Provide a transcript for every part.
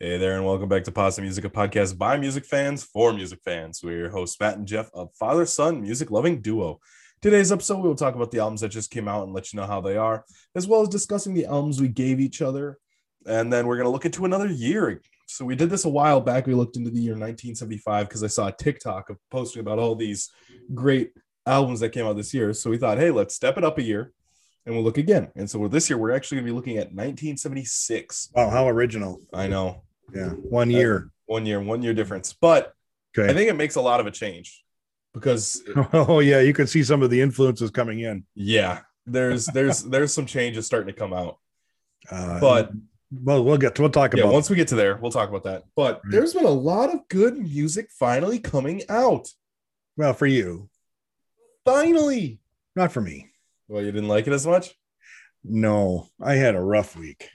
Hey there, and welcome back to Pasta Music, a podcast by music fans for music fans. We're your hosts, Matt and Jeff, a father son music loving duo. Today's episode, we will talk about the albums that just came out and let you know how they are, as well as discussing the albums we gave each other. And then we're going to look into another year. So we did this a while back. We looked into the year 1975 because I saw a TikTok of posting about all these great albums that came out this year. So we thought, hey, let's step it up a year and we'll look again. And so this year, we're actually going to be looking at 1976. Wow, how original. Uh, I know, Yeah, one year. one year, one year difference. But I Okay. think it makes a lot of a change because Oh yeah, you can see some of the influences coming in. yeah, there's there's there's some changes starting to come out. Uh, But well, we'll get we'll talk yeah, about. once we get to there, we'll talk about that. But there's been a lot of good music finally coming out. well, for you, Finally. not for me. Well, you didn't like it as much? No, I had a rough week.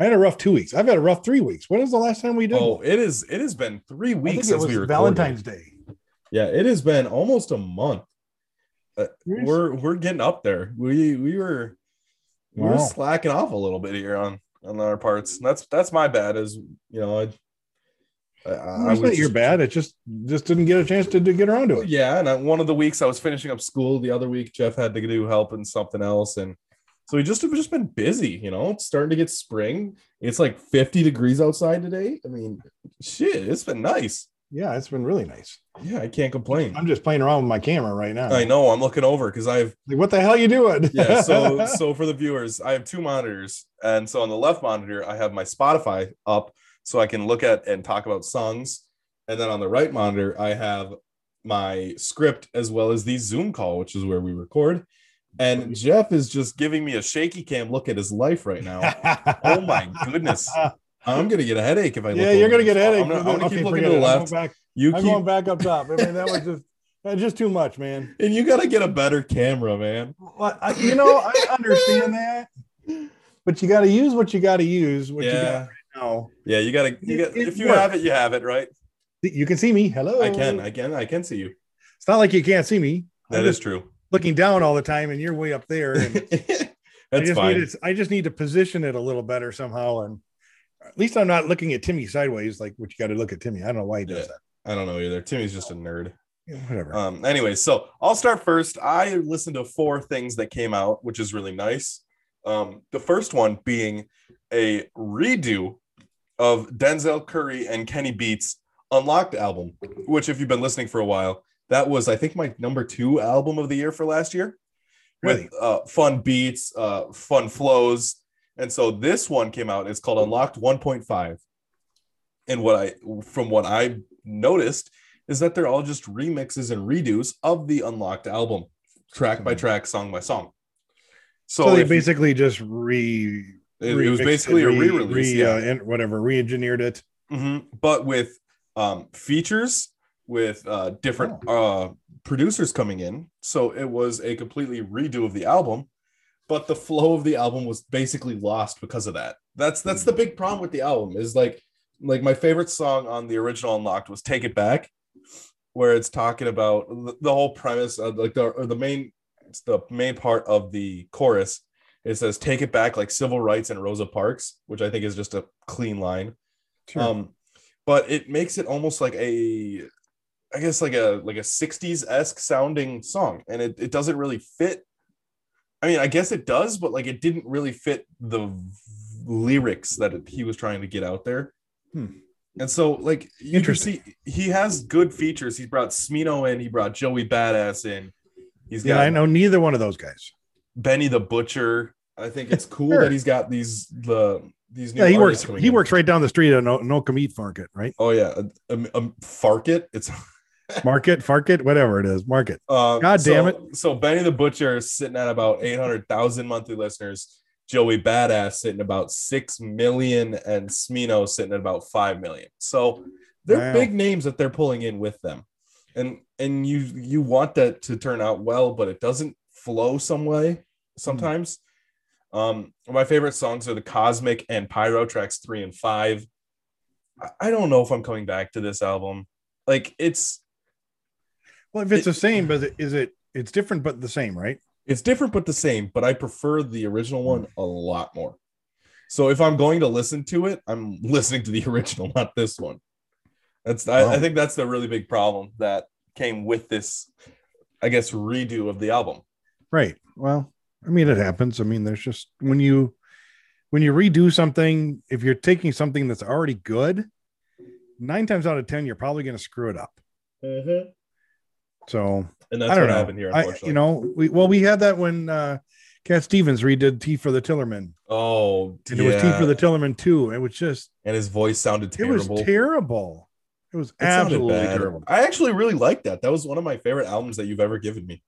I had a rough two weeks. I've had a rough three weeks. When was the last time we did? Oh, one? it is it has been three I think weeks it since was we recorded. Valentine's Day. Yeah, it has been almost a month. We're we're getting up there. We we were we were Wow. slacking off a little bit here on on our parts. And that's that's my bad. As you know, I I, Well, I it's was not your just- bad. It just just didn't get a chance to, to get around to it. Yeah, and I, one of the weeks I was finishing up school. The other week Jeff had to do help and something else, and so we just have just been busy. You know, it's starting to get spring. It's like 50 degrees outside today. I mean, shit, it's been nice. Yeah, it's been really nice. Yeah, I can't complain. I'm just playing around with my camera right now. I know. I'm looking over because I've Like, what the hell you doing? yeah so so for the viewers i have two monitors and so on the left monitor i have my spotify up so i can look at and talk about songs and then on the right monitor i have my script as well as the zoom call which is where we record and jeff is just giving me a shaky cam look at his life right now oh my goodness i'm gonna get a headache if i look Yeah, you're over gonna this. get a headache. i'm gonna, for I'm gonna that. keep Okay, looking to forget the it. I'm left going back- you I'm keep going back up top. I mean, that was just that's just too much, man. and you gotta get a better camera man Well, I, you know, I understand that, but you got to use what you got to use. What you got yeah right now. yeah you gotta you It- got, it if you works. have it you have it right You can see me. Hello. I can, I can, I can see you. It's not like you can't see me. That I'm is just true. looking down all the time, and you're way up there. And I That's just fine. Need to, I just need to position it a little better somehow, and at least I'm not looking at Timmy sideways like what you got to look at Timmy. I don't know why he does I don't know either. Timmy's just a nerd. that. Yeah, Whatever. Um, anyway, so I'll start first. I listened to four things that came out, which is really nice. Um, the first one being a redo of Denzel Curry and Kenny Beats Unlocked album, which if you've been listening for a while, that was I think my number two album of the year for last year. really? with uh, fun beats, uh, fun flows. And so this one came out. It's called Unlocked 1.5. And what I, from what I noticed, is that they're all just remixes and redos of the Unlocked album, track by track, song by song. So, Hmm. So, they if you- basically just re it, it was remixed basically re- a re-release, re- yeah. uh, and whatever, re-engineered it. Mhm. but with um, features with uh, different uh, producers coming in. So it was a completely redo of the album, but the flow of the album was basically lost because of that. That's that's the big problem with the album is like like my favorite song on the original Unlocked was "Take It Back," where it's talking about the, the whole premise of like the or the main it's the main part of the chorus. It says "Take It Back" like civil rights and Rosa Parks, which I think is just a clean line um but it makes it almost like a i guess like a like a 60s esque sounding song and it, it doesn't really fit i mean i guess it does but like it didn't really fit the v- lyrics that it- he was trying to get out there Hmm. and so like you can see Interesting. he has good features he brought smino in he brought joey badass in he's yeah, got I know neither one of those guys. benny the butcher i think it's cool Sure. that he's got these the these new Yeah, he artists works. coming He in. works right down the street at no no meat market, right? oh yeah um, um, farkit it's Market, market, whatever it is, market. Uh, God so, damn So Benny the Butcher is sitting at about 800,000 monthly listeners. Joey Badass sitting about 6 million and Smino sitting at about 5 million. So they're Wow. big names that they're pulling in with them. And and you you want that to turn out well, but it doesn't flow some way sometimes. Um my favorite songs are the Cosmic and Pyro tracks 3 and 5. I- I don't know if I'm coming back to this album. Like it's Well, if it's It- the same, but it- is it? It's different, but the same, right? Hmm. it's different but the same but i prefer the original one a lot more So if I'm going to listen to it, I'm listening to the original, not this one. That's I, I Oh. think that's the really big problem that came with this, I guess, redo of the album. Right. Well, I mean, it happens. I mean, there's just when you when you redo something, if you're taking something that's already good, nine times out of ten, you're probably going to screw it up. So And that's Mm-hmm. I don't what know. happened here, I, unfortunately. you know, we well, we had that when uh Cat Stevens redid T for the Tillerman, oh, and it was T for yeah. the Tillerman too. It was just and his voice sounded it terrible. was terrible. It was It sounded absolutely bad. terrible. I actually really like that. That was one of my favorite albums that you've ever given me.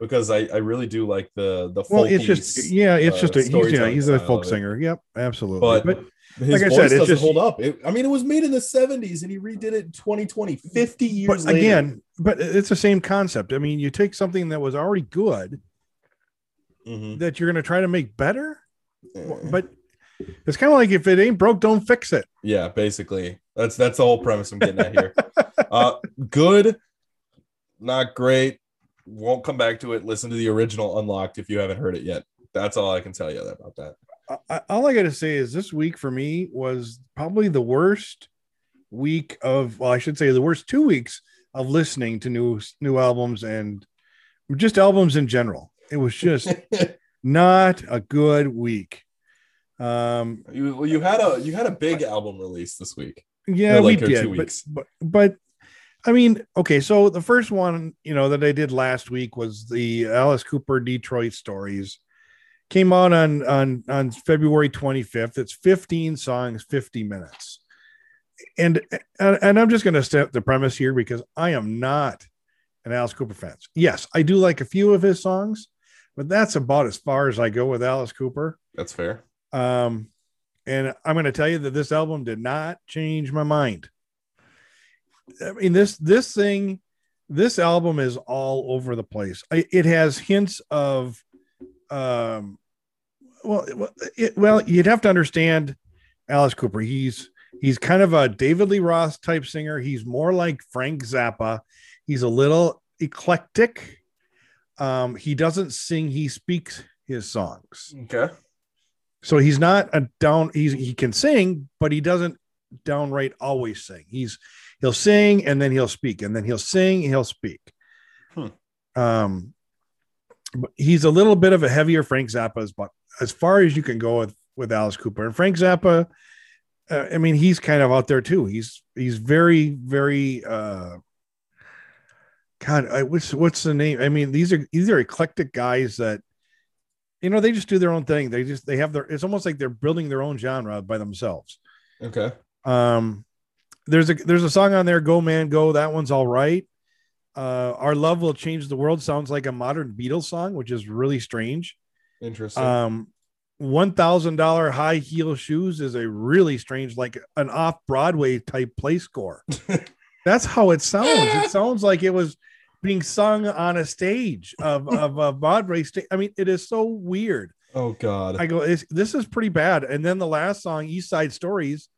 Because I, I really do like the the Well, folky it's just s- yeah, it's uh, just a he's yeah, storytelling he's style a of folk it. singer. Yep, absolutely. But- but His Like I voice said, it's doesn't just- hold up. It, I mean, it was made in the 70s and he redid it in 2020, 50 but years later. again, but it's the same concept. I mean, you take something that was already good Mhm. that you're going to try to make better, Mm-hmm. but it's kind of like if it ain't broke, don't fix it. yeah, basically. That's that's the whole premise I'm getting at here. uh, good, not great. Won't come back to it. Listen to the original Unlocked if you haven't heard it yet. That's all I can tell you about that. I- I, all I got to say is this week for me was probably the worst week of, well, I should say the worst two weeks of listening to new new albums and just albums in general. It was just not a good week. Um, You well, you had a you had a big album release this week. Yeah, Or, like, we or two did. but- weeks. But, but I mean, okay. So the first one, you know, that I did last week was the Alice Cooper Detroit Stories. Came out on on on February 25th. It's 15 songs, 50 minutes. And and, and I'm just going to set the premise here because I am not an Alice Cooper fan. Yes, I do like a few of his songs, but that's about as far as I go with Alice Cooper. That's fair. Um, and I'm going to tell you that this album did not change my mind. I mean this this thing, this album is all over the place. I, it has hints of, um, well, it, well, you'd have to understand Alice Cooper. He's he's kind of a David Lee Roth type singer. He's more like Frank Zappa. He's a little eclectic. Um, he doesn't sing. He speaks his songs. Okay. So he's not a down. He's he can sing, but he doesn't downright always sing. He's he'll sing and then he'll speak and then he'll sing and he'll speak. Hmm. Um, but he's a little bit of a heavier Frank Zappa, as, but as far as you can go with with Alice Cooper and Frank Zappa. Uh, I mean, he's kind of out there too. He's he's very very. uh God, I, what's what's the name? I mean, these are these are eclectic guys that you know they just do their own thing they just they have their it's almost like they're building their own genre by themselves Okay. um there's a there's a song on there go man go that one's all right uh our love will change the world sounds like a modern beatles song which is really strange Interesting. um $1000 high heel shoes is a really strange like an off broadway type play score that's how it sounds it sounds like it was being sung on a stage of of a broadway stage i mean it is so weird oh God. I go, this, this is pretty bad. And then the last song, East Side Stories,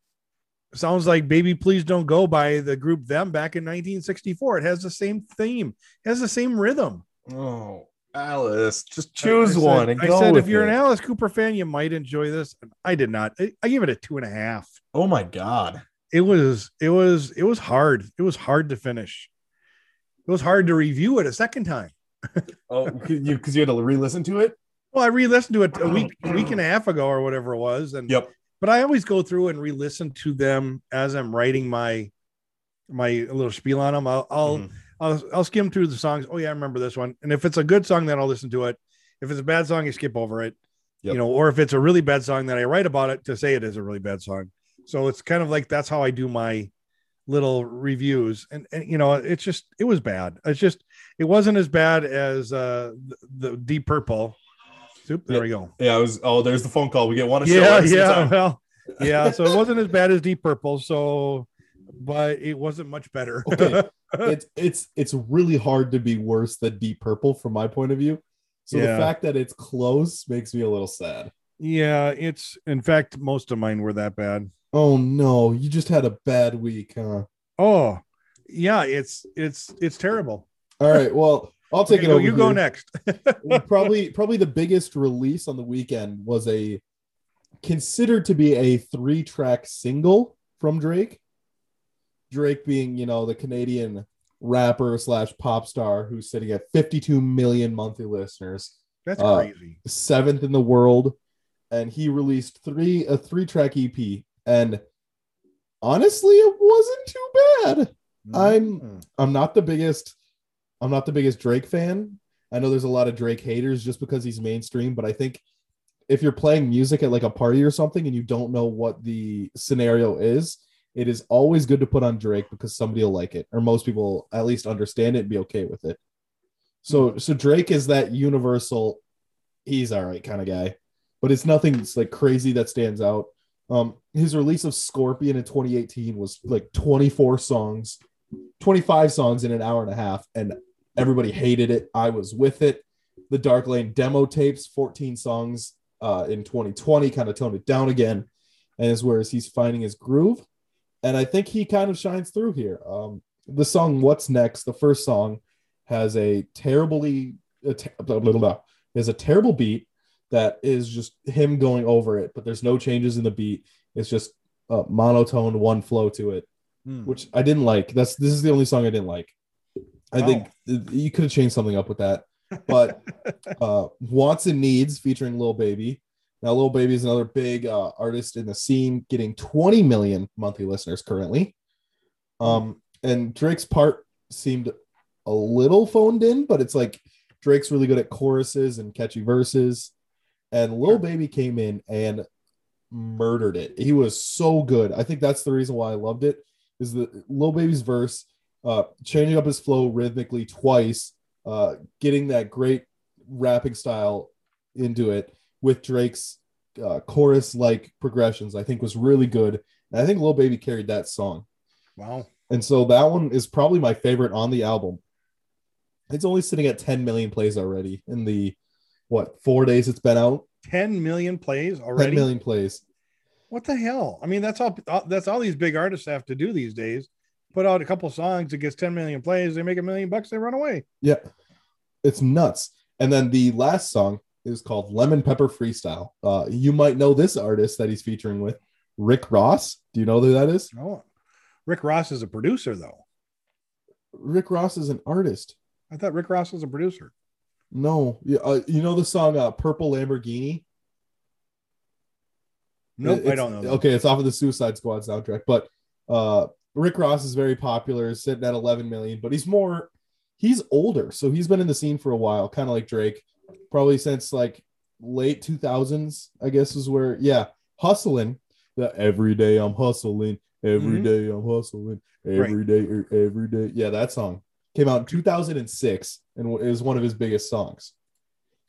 sounds like Baby Please Don't Go by the group Them back in 1964. It has the same theme, it has the same rhythm. oh, Alice, just I- choose I said- one and I go said, with if you're it. an Alice Cooper fan, you might enjoy this. I did not. I, I give it a two and a half. oh my God. It was, it was, it was hard. It was hard to finish. It was hard to review it a second time. Oh, you because you had to re-listen to it. Well, I re-listened to it a week, week and a half ago or whatever it was, and Yep. but I always go through and re-listen to them as I'm writing my my little spiel on them. I'll Oh. I'll Mhm. I'll, I'll skim through the songs. Oh yeah, I remember this one. And if it's a good song, then I'll listen to it. If it's a bad song, you skip over it. Yep. You know, or if it's a really bad song, then I write about it to say it is a really bad song. So it's kind of like that's how I do my little reviews. And, and you know, it's just it was bad. It's just it wasn't as bad as uh the, the Deep Purple. Oop, there we go Yeah. I was. Oh, there's the phone call. We get one. A show yeah, every single yeah, time. well, yeah. So it wasn't as bad as Deep Purple, so but it wasn't much better. Okay. it's it's it's really hard to be worse than Deep Purple from my point of view. So Yeah. the fact that it's close makes me a little sad. yeah, it's in fact most of mine were that bad. Oh no, you just had a bad week, huh? Oh, yeah, it's it's it's terrible. All right, well, I'll take Okay, it go- over. you go here. next. probably probably the biggest release on the weekend was a considered to be a three track single from Drake. Drake being, you know, the Canadian rapper slash pop star who's sitting at 52 million monthly listeners, That's Uh, crazy. seventh in the world. And he released three a three track EP. And honestly, it wasn't too bad. I'm- Mm. I'm not the biggest I'm not the biggest Drake fan. I know there's a lot of Drake haters just because he's mainstream, but I think if you're playing music at like a party or something and you don't know what the scenario is, it is always good to put on Drake because somebody will like it or most people at least understand it and be okay with it. So so Drake is that universal he's all right kind of guy, but it's nothing that's like crazy that stands out. Um his release of Scorpion in 2018 was like 24 songs. 25 songs in an hour and a half and everybody hated it i was with it the dark lane demo tapes 14 songs uh, in 2020 kind of toned it down again and as whereas he's finding his groove and i think he kind of shines through here um, the song what's next the first song has a terribly a ter- blah, blah, blah, blah. has a terrible beat that is just him going over it but there's no changes in the beat it's just a monotone one flow to it Mm. which I didn't like. That's this is the only song I didn't like. I Oh. think th- you could have changed something up with that. But uh, wants and needs featuring Lil Baby. Now Lil Baby is another big uh, artist in the scene, getting 20 million monthly listeners currently. Um, and Drake's part seemed a little phoned in, but it's like Drake's really good at choruses and catchy verses. And Lil Baby came in and murdered it. He was so good. I think that's the reason why I loved it. Is the Lil Baby's verse, uh, changing up his flow rhythmically twice, uh, getting that great rapping style into it with Drake's uh, chorus like progressions. I think was really good. And I think Lil Baby carried that song. Wow. And so that one is probably my favorite on the album. It's only sitting at 10 million plays already in the what four days it's been out. 10 million plays already. 10 million plays. What the hell? I mean, that's all that's all these big artists have to do these days. Put out a couple songs, it gets 10 million plays, they make a million bucks, they run away. Yeah. It's nuts. And then the last song is called Lemon Pepper Freestyle. Uh, you might know this artist that he's featuring with, Rick Ross. Do you know who that is? Oh. Rick Ross is a producer, though. Rick Ross is an artist. I thought Rick Ross was a producer. No, yeah, uh, you know the song uh, Purple Lamborghini? Nope, I It's- don't know. that. Okay, it's off of the Suicide Squad soundtrack, but uh, Rick Ross is very popular, is sitting at 11 million, but he's more, he's older, so he's been in the scene for a while, kind of like Drake, probably since like late 2000s, I guess is where, yeah, hustling. The every day I'm hustling, every Mhm. day I'm hustling, Right. every day, er, every day. Yeah, that song came out in 2006 and w- is one of his biggest songs.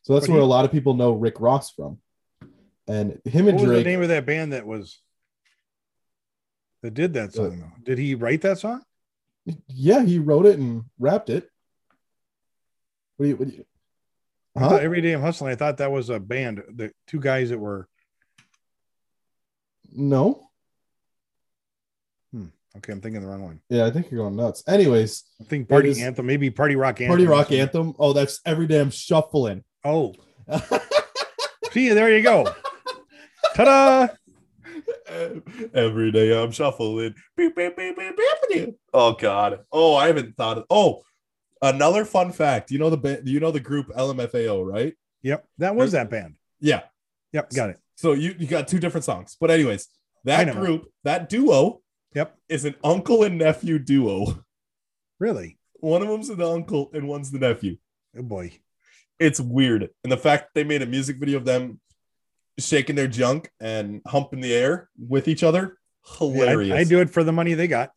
So that's But where he- a lot of people know Rick Ross from. And him and What was the Drake. name of that band that was that did that song? Though? Did he write that song? Yeah, he wrote it and rapped it. What do you? What do you I huh? thought Every Day I'm Hustling. I thought that was a band, the two guys that were no. okay. I'm thinking the wrong one. Yeah, I think you're going nuts. Anyways, I think Party is- Anthem, maybe Party Rock Anthem. party or rock something. anthem. Oh, that's every damn shuffling. Oh, see, there you go. Ta-da! Every day I'm shuffling. Beep, beep, beep, beep, beep, beep. Oh God. Oh, I haven't thought of oh another fun fact. You know the ba- you know the group LMFAO, right? Yep, that was that band. Yeah. Yep, got it. So you, you got two different songs. But anyways, I that know. group, that duo, Yep. is an uncle and nephew duo. Really? One of them's the uncle and one's the nephew. Oh boy. It's weird. And the fact that they made a music video of them shaking their junk and humping the air with each other, Yeah, hilarious. I, I do it for the money they got.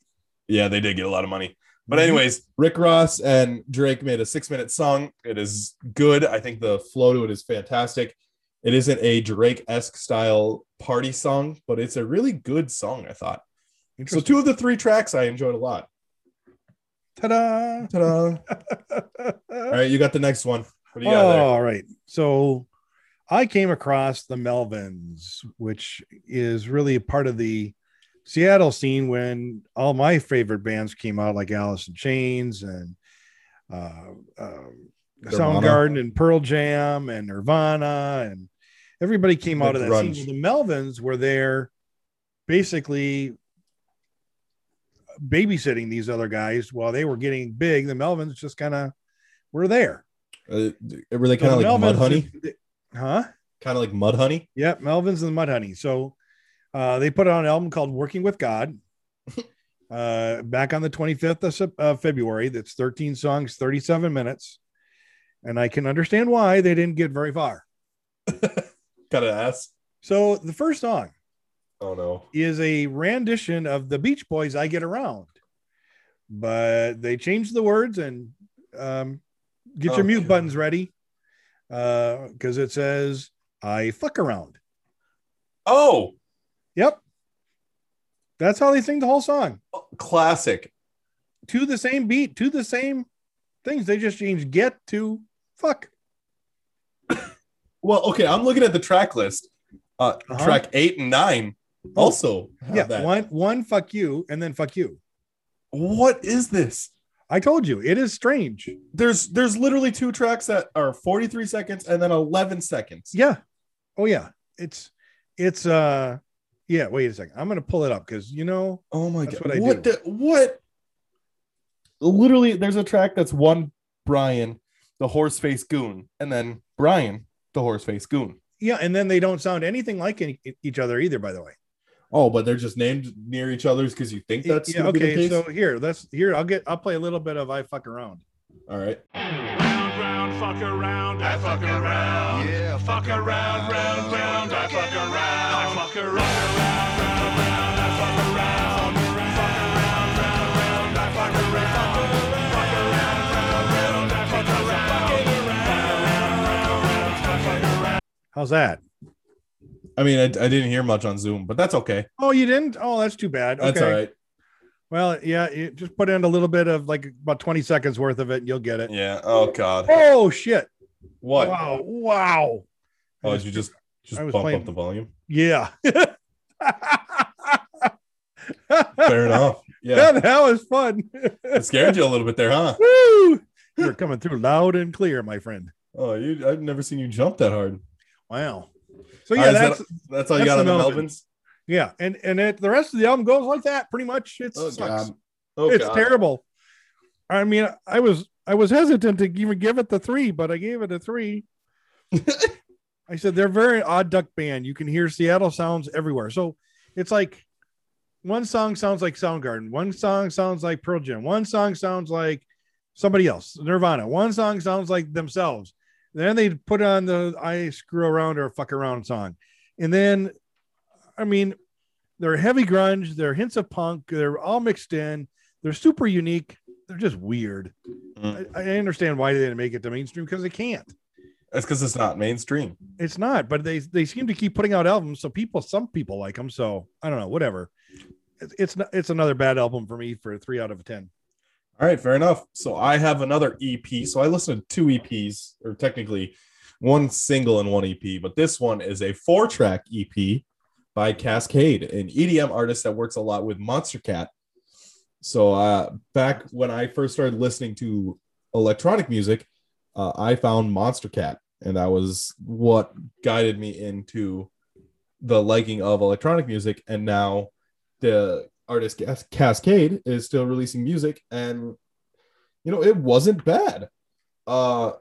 Yeah, they did get a lot of money. But Mhm. anyways, Rick Ross and Drake made a six-minute song. It is good. I think the flow to it is fantastic. It isn't a Drake-esque style party song, but it's a really good song. I thought so. Interesting. Two of the three tracks I enjoyed a lot. Ta-da! Ta-da! All right, you got the next one. What do you got there? All right. So I came across the Melvins, which is really a part of the Seattle scene when all my favorite bands came out, like Alice in Chains and uh, um, Nirvana. Soundgarden and Pearl Jam and Nirvana and everybody came The out of that grunge. scene. The Melvins were there basically babysitting these other guys while they were getting big. The Melvins just kind of were there. Uh, Were they kind So of the like mud honey? Melvins- Huh? Kind of like mud honey? Yep, Melvin's and the Mudhoney. So uh, they put out an album called Working with God uh, back on the 25th of Sep- of February. That's 13 songs, 37 minutes. And I can understand why they didn't get very far. kind of ass. So the first song Oh no. is a rendition of the Beach Boys' I Get Around, but they changed the words and um, get your Oh, mute God. buttons ready because it says, I fuck around. Oh, Yep. That's how they sing the whole song classic. to the same beat, to the same things. They just changed get to fuck. Well, okay, I'm looking at the track list. Uh, Uh-huh. Oh, Track eight and nine also have yeah, that. one one fuck you and then fuck you. What is this? I told you it is strange. There's there's literally two tracks that are 43 seconds and then 11 seconds. Yeah. Oh yeah. It's it's uh yeah, wait a second. I'm gonna pull it up because you know Oh my That's god. what I what do. the- what literally there's a track that's one Brian, the horse face goon, and then Brian, the horse face goon. yeah, and then they don't sound anything like any, each other either, by the way. Oh, but they're just named near each other's because you think that's yeah, gonna be the okay. case? So here, let's here, I'll get I'll play a little bit of I fuck around. all right. Round, round, fuck around, I fuck around. Yeah, fuck around, round, round, I fuck around. I fuck around, round, round, round, I fuck around. Fuck around, round, round, I fuck around. Fuck around, round, round, I fuck around. Fuck around, round, round, I fuck around. How's that? I mean, I, I didn't hear much on Zoom, but that's okay. Oh, you didn't? Oh, that's too bad. That's okay. all right. Well, yeah, you just put in a little bit of like about 20 seconds worth of it and you'll get it. Yeah. Oh God. Oh shit. What? Wow. Wow. Oh, did you just just I was bump playing- up the volume? Yeah. Fair enough. Yeah, That, that was fun. it scared you a little bit there, huh? Woo! You're coming through loud and clear, my friend. Oh, you, I've never seen you jump that hard. Wow. So Uh, yeah, is that- that's That's all you that's got on the the Melvins. Melvins. yeah, and and it, the rest of the album goes like that pretty much. It's sucks. Oh, it's God. terrible. I mean, I was I was hesitant to even give it the three, but I gave it a three. I said they're very odd duck band. You can hear Seattle sounds everywhere. So it's like one song sounds like Soundgarden, one song sounds like Pearl Jam, one song sounds like somebody else, Nirvana, one song sounds like themselves. Then they put on the I screw around or fuck around song. And then I mean, they're heavy grunge, they're hints of punk, they're all mixed in, they're super unique, they're just weird. I, Mm. I understand why they didn't make it to mainstream because they can't That's because it's not mainstream. it's not but they they seem to keep putting out albums so people some people like them so i don't know whatever It's- it's not it's another bad album for me for three out of ten All right, fair enough. So I have another EP. So I listened to two EPs, or technically one single and one EP, but this one is a four track EP by Cascade, an EDM artist that works a lot with Monster Cat. So uh, back when I first started listening to electronic music, uh, I found Monster Cat, and that was what guided me into the liking of electronic music. And now the artist Cas- Cascade is still releasing music, and you know it wasn't bad. Uh,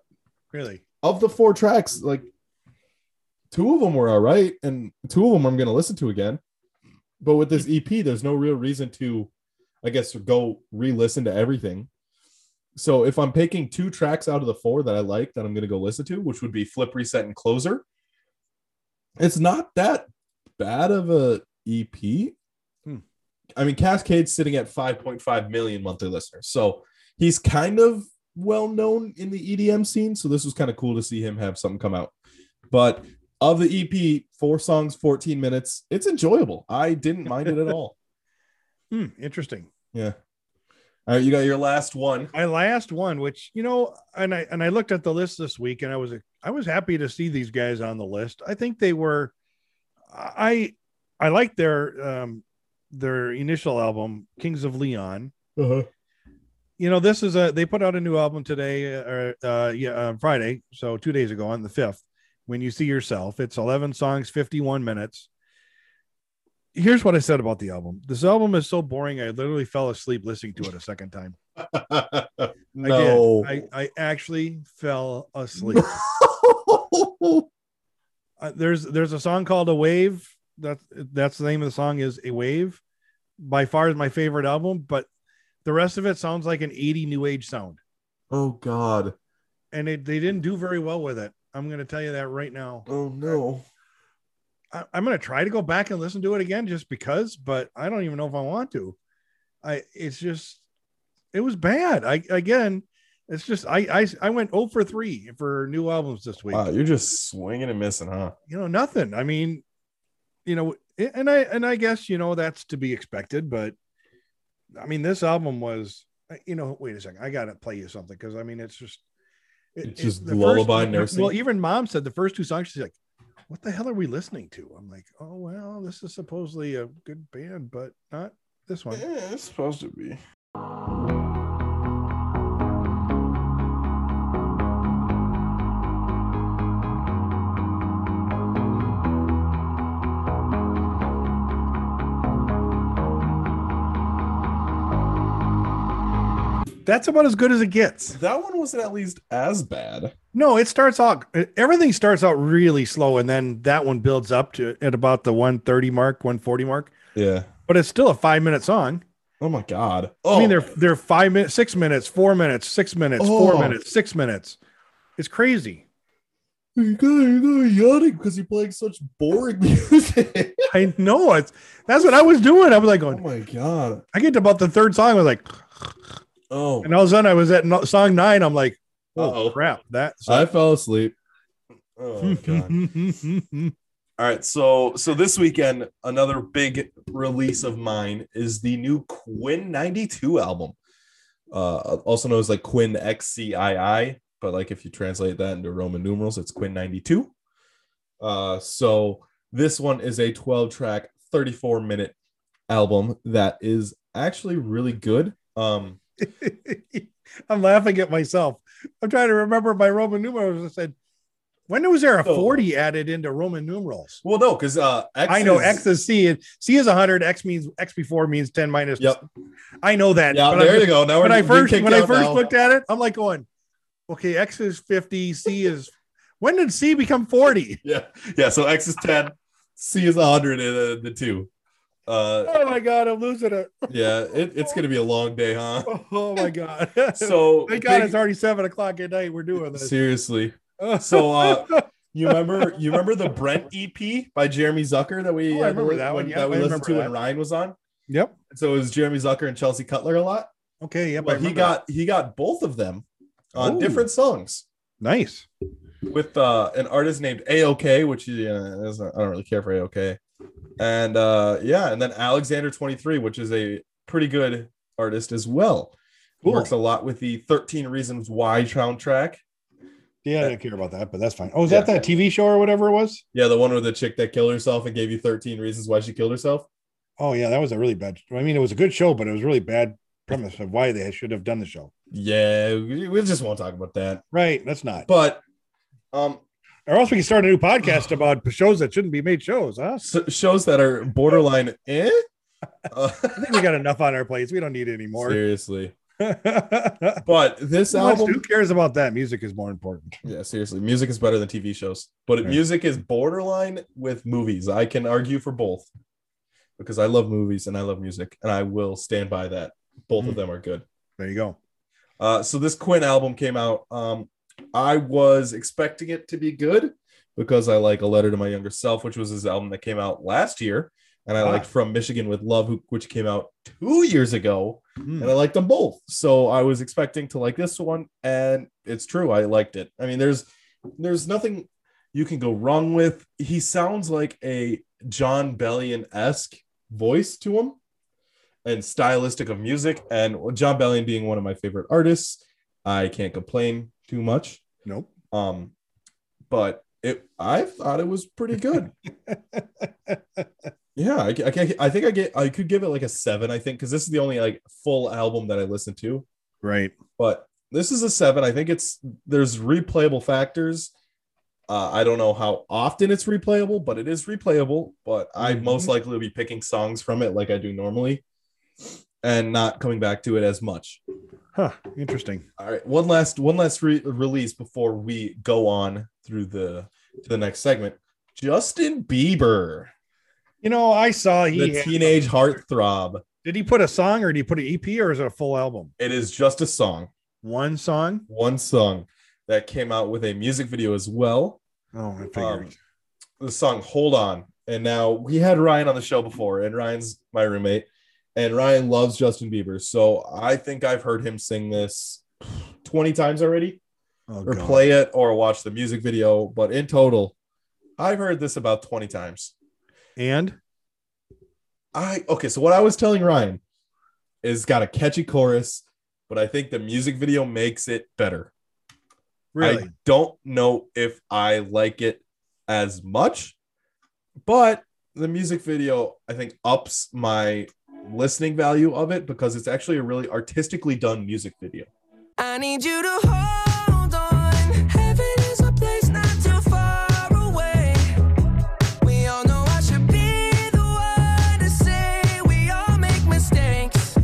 really of the four tracks, like two of them were all right, and two of them I'm gonna listen to again. But with this EP, there's no real reason to, I guess, to go re-listen to everything. So if I'm picking two tracks out of the four that I like that I'm gonna go listen to, which would be Flip Reset and Closer, it's not that bad of a EP. Hmm. I mean, Cascade's sitting at 5.5 million monthly listeners, so he's kind of well known in the EDM scene, so this was kind of cool to see him have something come out. But of the EP, four songs, 14 minutes, it's enjoyable. I didn't mind it at all. hmm, interesting Yeah. All right, you got your last one. my last one which you know and i and i looked at the list this week and i was i was happy to see these guys on the list i think they were i i like their um their initial album kings of leon Uh-huh. you know this is a they put out a new album today uh, uh yeah uh, friday so two days ago on the 5th when you see yourself. It's 11 songs, 51 minutes. Here's what I said about the album. This album is so boring. I literally fell asleep listening to it a second time. no. I, did. I, I actually fell asleep. Uh, there's there's a song called A Wave. That's that's the name of the song is A Wave. By far is my favorite album, but the rest of it sounds like an 80 new age sound. oh God. And it, they didn't do very well with it. I'm gonna tell you that right now. Oh no. I, I'm gonna try to go back and listen to it again just because, but I don't even know if I want to. I it's just it was bad. I again, it's just I I, I went 0 for three for new albums this week. Wow, you're just swinging and missing, huh? you know nothing. I mean, you know, a- and I and I guess you know that's to be expected, but I mean this album was uh, you know wait a second I gotta play you something because I mean it's just it- It's just the lullaby first, e-, nursing. Well, even mom said the first two songs she's like, "What the hell are we listening to?" I'm like, "Oh well, this is supposedly a good band, but not this one." it's supposed to be. That's about as good as it gets. That one wasn't at least as bad. No, it starts out everything starts out really slow, and then that one builds up to at about the 130 mark, 140 mark. Yeah. but it's still a five minute song. Oh my God. Oh, I mean, they're they're five minutes, six minutes, four minutes, six minutes, Oh. four minutes, six minets. It's crazy. you guys are yawning because you're playing such boring music. I know it's that's what I was doing. I was like oh going, my God. I get to about the third song, I was like, Oh, and all of a sudden I was at no- song nine. I'm like, oh Uh-oh. crap, that. I fell asleep. Hmm. oh God. All right, so so this weekend, another big release of mine is the new Quinn '92 album, uh, also known as like Quinn XCII, but like if you translate that into Roman numerals, it's Quinn '92. Uh, so this one is a 12-track, 34-minute album that is actually really good. Um, I'm laughing at myself. I'm trying to remember my Roman numerals. I said, when was there a So- 40 added into Roman numerals? well, no, because uh, X I know is- X is C and C is 100. X means X before means 10 minus. Yep. I know that. Yeah, but I'm there just- you go. Now When we're I being first kicked when I out first now. looked at it, I'm like going, okay, X is 50, C is. When did C become 40? yeah, yeah. So X is ten, C is hundred, and uh, the two. Uh, Oh my god, I'm losing it. yeah, it, it's gonna be a long day, huh? Oh my god. So thank God big- it's already seven o'clock at night. We're doing this. seriously. so, uh, You remember? You remember the Brent EP by Jeremy Zucker that we Oh, I uh, remember that when- one. Yeah, that we I listened remember to that. when Ryan was on. yep. So it was Jeremy Zucker and Chelsea Cutler a lot. Okay. Yep. I But he remember got he got both of them on Ooh. different songs that. nice. with uh, an artist named AOK, which uh, is, I don't really care for AOK, and uh, yeah, and then Alexander Twenty Three, which is a pretty good artist as well. Cool. Works a lot with the Thirteen Reasons Why soundtrack. Yeah, I didn't care about that, but that's fine. Oh, is Yeah. that that TV show or whatever it was? Yeah, the one with the chick that killed herself and gave you Thirteen Reasons Why she killed herself. Oh yeah, that was a really bad. I mean, it was a good show, but it was a really bad premise of why they should have done the show. Yeah, we we just won't talk about that. Right. That's not. But um, Or else we can start a new podcast about shows that shouldn't be made shows, huh? s- shows that are borderline, eh? Uh, I think we got enough on our plates. We don't need any more. seriously. Who But this wants- album, who cares about that? Music is more important. Yeah, seriously, music is better than TV shows, but Yeah. music is borderline with movies. I can argue for both because I love movies and I love music, and I will stand by that. Both of them are good. There you go. Uh, so this Quinn album came out. Um, I was expecting it to be good because I like A Letter to My Younger Self, which was his album that came out last year, and I Ah. liked From Michigan with Love, who- which came out two years ago, Hmm. and I liked them both. So I was expecting to like this one, and it's true. I liked it. I mean, there's there's nothing you can go wrong with. He sounds like a John Bellion esque voice to him, and stylistic of music. And John Bellion being one of my favorite artists, I can't complain too much. Nope. Um, but it I thought it was pretty good. Yeah, I, ca- I, ca- I think I get I could give it like a seven. I think because this is the only like full album that I listened to. right. But this is a seven. I think it's there's replayable factors. Uh, I don't know how often it's replayable, but it is replayable. But I Mhm. most likely will be picking songs from it like I do normally and not coming back to it as much. Huh. Interesting. All right, one last one last re- release before we go on through the to the next segment. Justin Bieber, You know, I saw he the had- teenage heartthrob. did he put a song or did he put an EP or is it a full album? It is just a song, One song. one song that came out with a music video as well. Oh, I figured. um, the song "Hold On." And now we had Ryan on the show before, and Ryan's my roommate, and Ryan loves Justin Bieber, so I think I've heard him sing this twenty times already, oh, or God. play it, or watch the music video. But in total, I've heard this about twenty times. and I okay, so what I was telling Ryan is got a catchy chorus, but I think the music video makes it better. really, I don't know if I like it as much, but the music video I think ups my listening value of it because it's actually a really artistically done music video. I need you to hold on. Heaven is a place not too far away. We all know I should be the one to say we all make mistakes.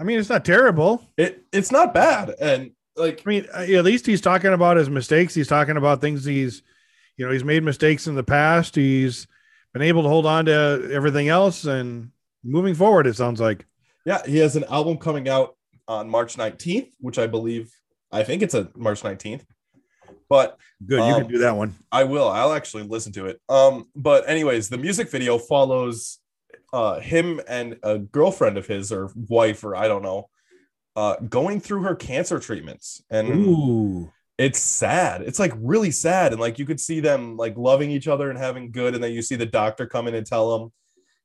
I mean, it's not terrible. It it's not bad and like I mean, uh, at least he's talking about his mistakes. He's talking about things he's, you know, he's made mistakes in the past. He's been able to hold on to everything else and moving forward. It sounds like. yeah, he has an album coming out on March 19th, which I believe I think it's a March 19th. But Good, you Um, can do that one. I will. I'll actually listen to it. Um, but anyways, the music video follows uh him and a girlfriend of his or wife or I don't know, uh going through her cancer treatments. And Ooh, it's sad. It's like really sad. And like you could see them like loving each other and having good, and then you see the doctor come in and tell him,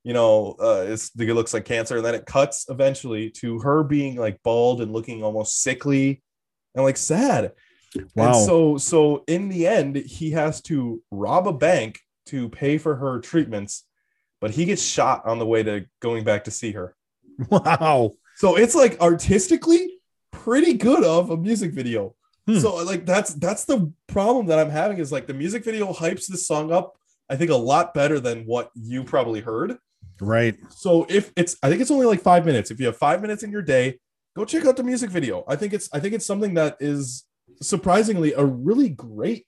you know, uh it's it looks like cancer, and then it cuts eventually to her being like bald and looking almost sickly and like sad. wow. And so so in the end, he has to rob a bank to pay for her treatments, but he gets shot on the way to going back to see her. wow. So it's like artistically pretty good of a music video. Hmm. So like that's that's the problem that I'm having is like the music video hypes this song up, I think a lot better than what you probably heard. Right. So if it's I think it's only like five minutes. If you have five minutes in your day, go check out the music video. I think it's I think it's something that is surprisingly a really great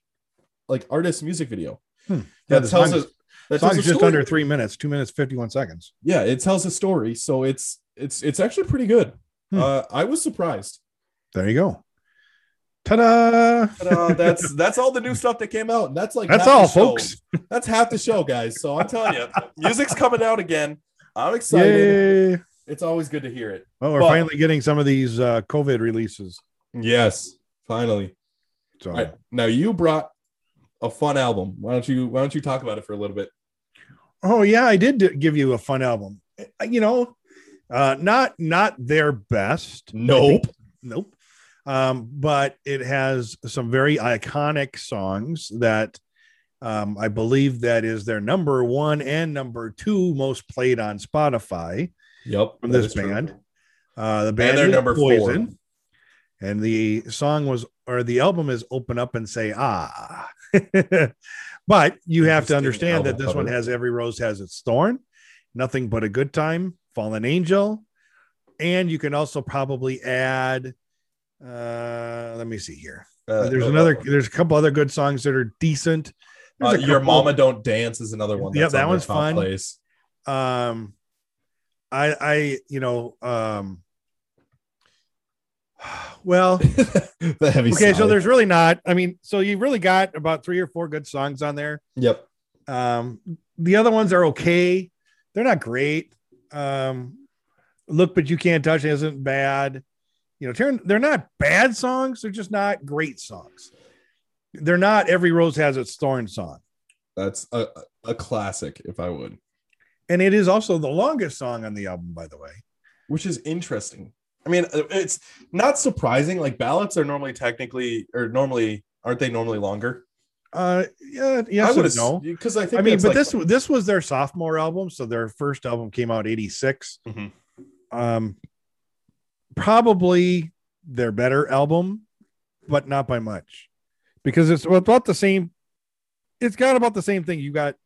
like artist music video. Hmm. Yeah, That the tells song is- us that Song's tells a just story. under three minutes, two minutes, 51 seconds. yeah, it tells a story. So it's it's it's actually pretty good. Hmm. Uh, I was surprised. There you go. Ta da. But, uh, that's that's all the new stuff that came out. And that's like That's half the all, show. folks. That's half the show, guys. So I'm telling you, music's coming out again. I'm excited. Yay. It's always good to hear it. Well, we're But- finally getting some of these uh, COVID releases. Yes, finally. So All right. Now you brought a fun album. Why don't you why don't you talk about it for a little bit? Oh yeah, I did d- give you a fun album. Uh, You know, uh, not not their best. Nope. Nope. Um, but it has some very iconic songs that um, I believe that is their number one and number two most played on Spotify. Yep. From that this is true. band. Uh, the band they're is number four. Poison, and the song was or the album is "Open Up and Say Ah." but you have to Interesting understand that album this one cover. has every rose has its thorn, nothing but a good time, fallen angel, and you can also probably add. Uh, let me see here. Uh, there's uh, another. uh, There's a couple other good songs that are decent. There's a Your couple- Mama Don't Dance is another one. Yeah, that's on that their one's top fun. Plays. um i i you know um well the heavy. okay so sigh. there's really not i mean so you really got about three or four good songs on there Yep. um the other ones are okay they're not great um look but you can't touch isn't bad you know turn they're not bad songs they're just not great songs they're not every rose has its thorn song That's a a classic, if I would, and it is also the longest song on the album by the way which is interesting. I mean, uh, it's not surprising. Like ballads are normally technically or normally aren't they normally longer? uh yeah yes I would and no because I think I mean, that's but like- this this was their sophomore album, so their first album came out '86. Mhm. Um, probably their better album, but not by much. because it's about the same. It's got about the same thing. You got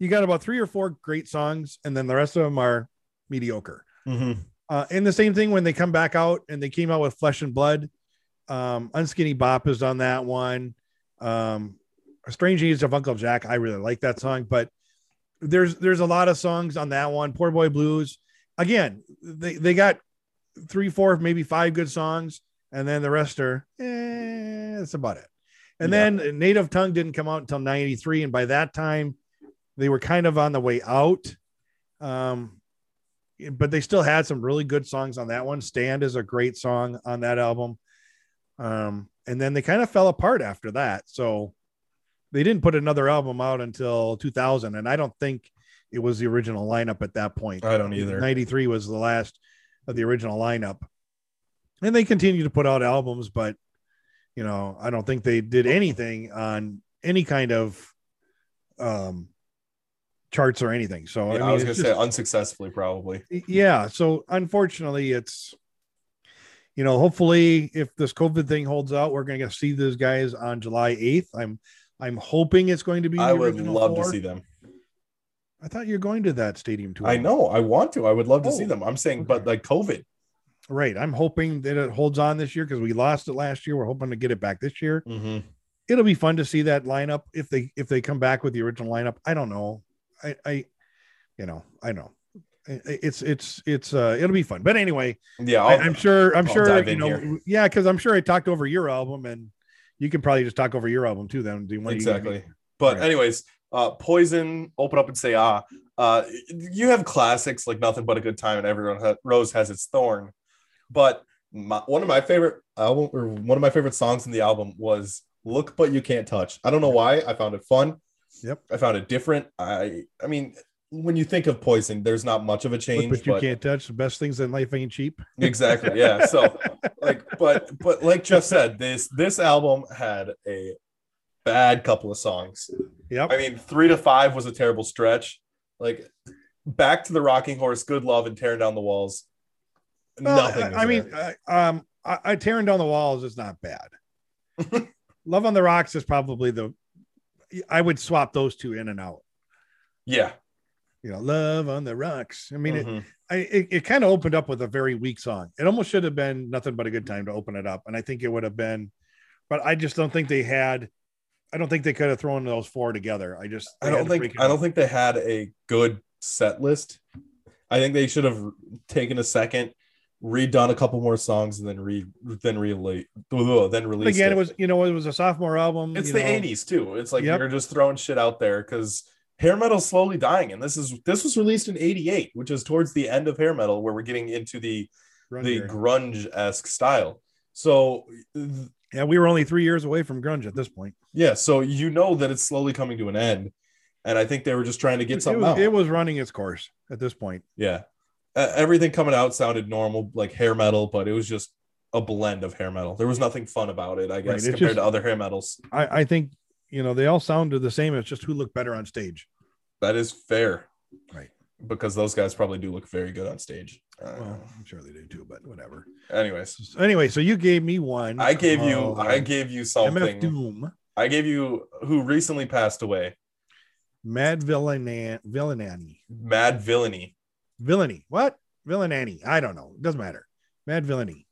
you got about three or four great songs, and then the rest of them are mediocre. Mhm. Uh, and the same thing when they come back out and they came out with Flesh and Blood. Um, Unskinny Bop is on that one. Um, Strange Needs of Uncle Jack. I really like that song, but there's there's a lot of songs on that one. Poor Boy Blues. Again, they, they got three, four, maybe five good songs, and then the rest are eh, that's about it. And Yeah. then Native Tongue didn't come out until 93. And by that time, they were kind of on the way out. Um, but they still had some really good songs on that one. Stand is a great song on that album. Um, and then they kind of fell apart after that. So they didn't put another album out until 2000. And I don't think it was the original lineup at that point. I don't either. 93 was the last of the original lineup. And they continued to put out albums, but, you know, I don't think they did anything on any kind of um, charts or anything. Yeah, So I, I, mean, was it's gonna just- say unsuccessfully, probably. yeah so unfortunately it's you know hopefully if this covid thing holds out we're going to see those guys on july 8th i'm i'm hoping it's going to be I the would original love to four. see them. i thought you're going to that stadium tour I know. I want to. I would love to see Oh, them. I'm saying, okay. but like COVID. right i'm hoping that it holds on this year because we lost it last year we're hoping to get it back this year Mm-hmm. it'll be fun to see that lineup if they if they come back with the original lineup i don't know i i you know i know I- I- it's it's it's uh it'll be fun but anyway Yeah, I, I'll- am sure. I'm I'll sure. dive You in know, here. yeah, because I'm sure I talked over your album, and you can probably just talk over your album too. Then do what you- exactly. But Right. anyways, uh, Poison, open up and say ah. Uh, you have classics like nothing but a good time, and everyone ha- rose has its thorn. But my, one of my favorite album or one of my favorite songs in the album was "Look But You Can't Touch." I don't know why. I found it fun. Yep. I found it different. I I mean, when you think of Poison, there's not much of a Look, change. but you can't touch the best things in life ain't cheap. exactly yeah so like but but like jeff said this this album had a bad couple of songs Yep. i mean three to five was a terrible stretch like back to the rocking horse good love and tearing down the walls Well, nothing I, was I mean, there. I, um, I, I tearing down the walls is not bad. Love on the rocks is probably the. I would swap those two in and out. yeah You know, love on the rocks. I mean, it, Mhm. I, it, it kind of opened up with a very weak song. It almost should have been nothing but a good time to open it up. And I think it would have been, but I just don't think they had, I don't think they could have thrown those four together. I just, i don't think i don't think they had a good set list i think they should have taken a second redone a couple more songs and then re then relate then release again, it was, you know, it was a sophomore album. It's you the know. '80s too. It's like Yep. you're just throwing shit out there because hair metal's slowly dying, and this is this was released in '88, which is towards the end of hair metal, where we're getting into the Grunge the era. grunge esque style. So th- Yeah. We were only three years away from grunge at this point. yeah, so you know that it's slowly coming to an end, and I think they were just trying to get it, something was, out. it was running its course at this point. yeah, E- everything coming out sounded normal, like hair metal, but it was just a blend of hair metal. There was nothing fun about it, I guess, it's compared just- to other hair metals. I, I think, you know, they all sounded the same. It's just who looked better on stage. That is fair, Right. Because those guys probably do look very good on stage. Uh, Well, I'm sure they do too, but whatever. anyways So anyway, so you gave me one. i gave you of i gave you MF something Doom. i gave you who recently passed away Mad Villainan Villanani. mad villainy Villainy. What? Villanani. I don't know. Doesn't matter. Mad Villainy.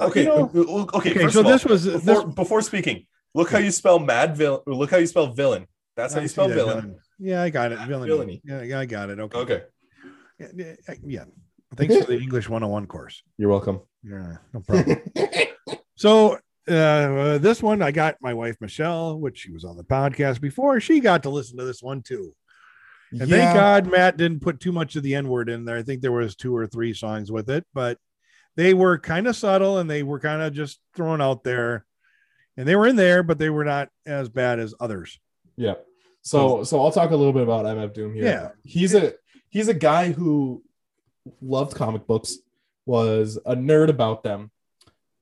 Uh, okay you know- uh, uh, okay, okay, first so of all, this was before, this, before speaking look how you spell mad villain look how you spell villain that's how I you see spell that, villain Yeah, I got it. Villainy. Villainy. Yeah, yeah, I got it. Okay. okay Yeah, Yeah. yeah. Thanks for the English 101 course. you're welcome Yeah, no problem. so uh, uh, this one I got my wife Michelle, which she was on the podcast before. She got to listen to this one too. And thank God Matt didn't put too much of the N word in there. I think there was two or three songs with it, but they were kind of subtle and they were kind of just thrown out there. And they were in there, but they were not as bad as others. Yeah. So so I'll talk a little bit about MF Doom here. Oh. Yeah. He's a he's a guy who loved comic books, was a nerd about them.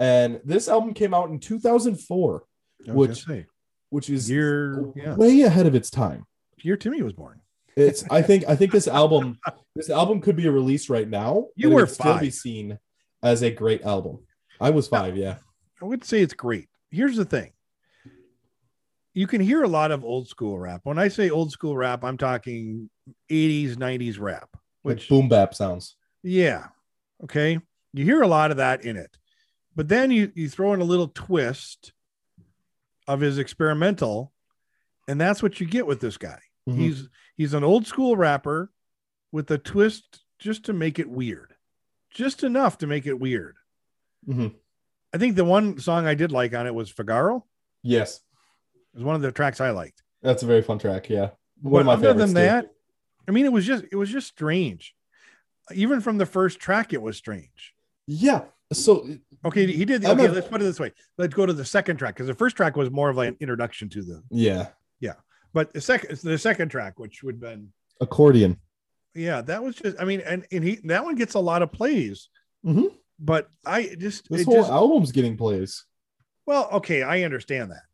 And this album came out in 2004, I was Which- gonna say, which is year yeah, way ahead of its time. year Timmy was born. It's I think I think this album this album could be released right now. and You it were would still be five. seen as a great album. I was five, yeah. I would say it's great. Here's the thing you can hear a lot of old school rap. When I say old school rap, I'm talking 80s, 90s rap, Like which boom bap sounds. yeah. Okay. You hear a lot of that in it. But then you, you throw in a little twist of his experimental, and that's what you get with this guy. Mhm. He's he's an old school rapper with a twist just to make it weird. Just enough to make it weird. Mhm. I think the one song I did like on it was Figaro. Yes, It was one of the tracks I liked. that's a very fun track. Yeah, But other than favorites, too. that, I mean, it was just it was just strange. Even from the first track, it was strange. Yeah. So Okay, he did. The, I'm okay, a- let's put it this way. Let's go to the second track because the first track was more of like an introduction to the, yeah, but the second the second track, which would been accordion. yeah, that was just. I mean, and and he that one gets a lot of plays, Mhm. but I just This it whole just album's getting plays. well, okay, I understand that.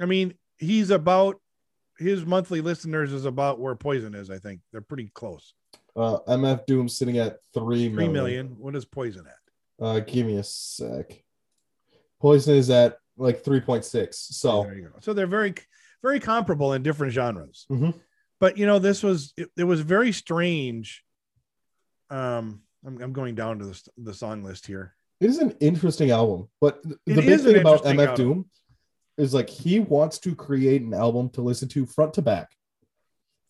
I mean, he's about his monthly listeners is about where Poison is. I think they're pretty close. Uh, MF Doom sitting at three Three million. million. What is Poison at? Uh, give me a sec. Poison is at like three point six. So There you go. So they're very, very comparable in different genres. Mhm. But you know, this was it, it was very strange. Um, I'm, I'm going down to the, s- the song list here. it is an interesting album. But th- It the big is an thing about interesting MF album. Doom is like he wants to create an album to listen to front to back.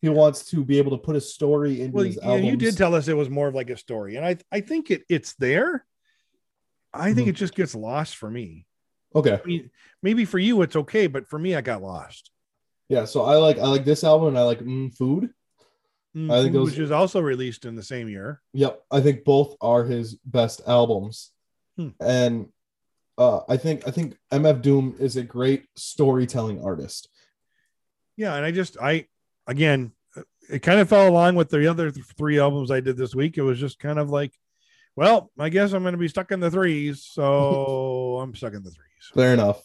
He wants to be able to put a story into Well, his you, album. you did tell us it was more of like a story, and I I think it it's there. I think Mhm. it just gets lost for me. okay. I mean, maybe for you it's okay, but for me I got lost. Yeah. So I like I like this album and I like mm, food. Mm, I think Food, those- which is also released in the same year. Yep, I think both are his best albums, Hmm. and uh, I think I think MF Doom is a great storytelling artist. Yeah, and I just I again it kind of fell along with the other th- three albums I did this week. It was just kind of like, well, I guess I'm going to be stuck in the threes, so I'm stuck in the threes. Fair enough.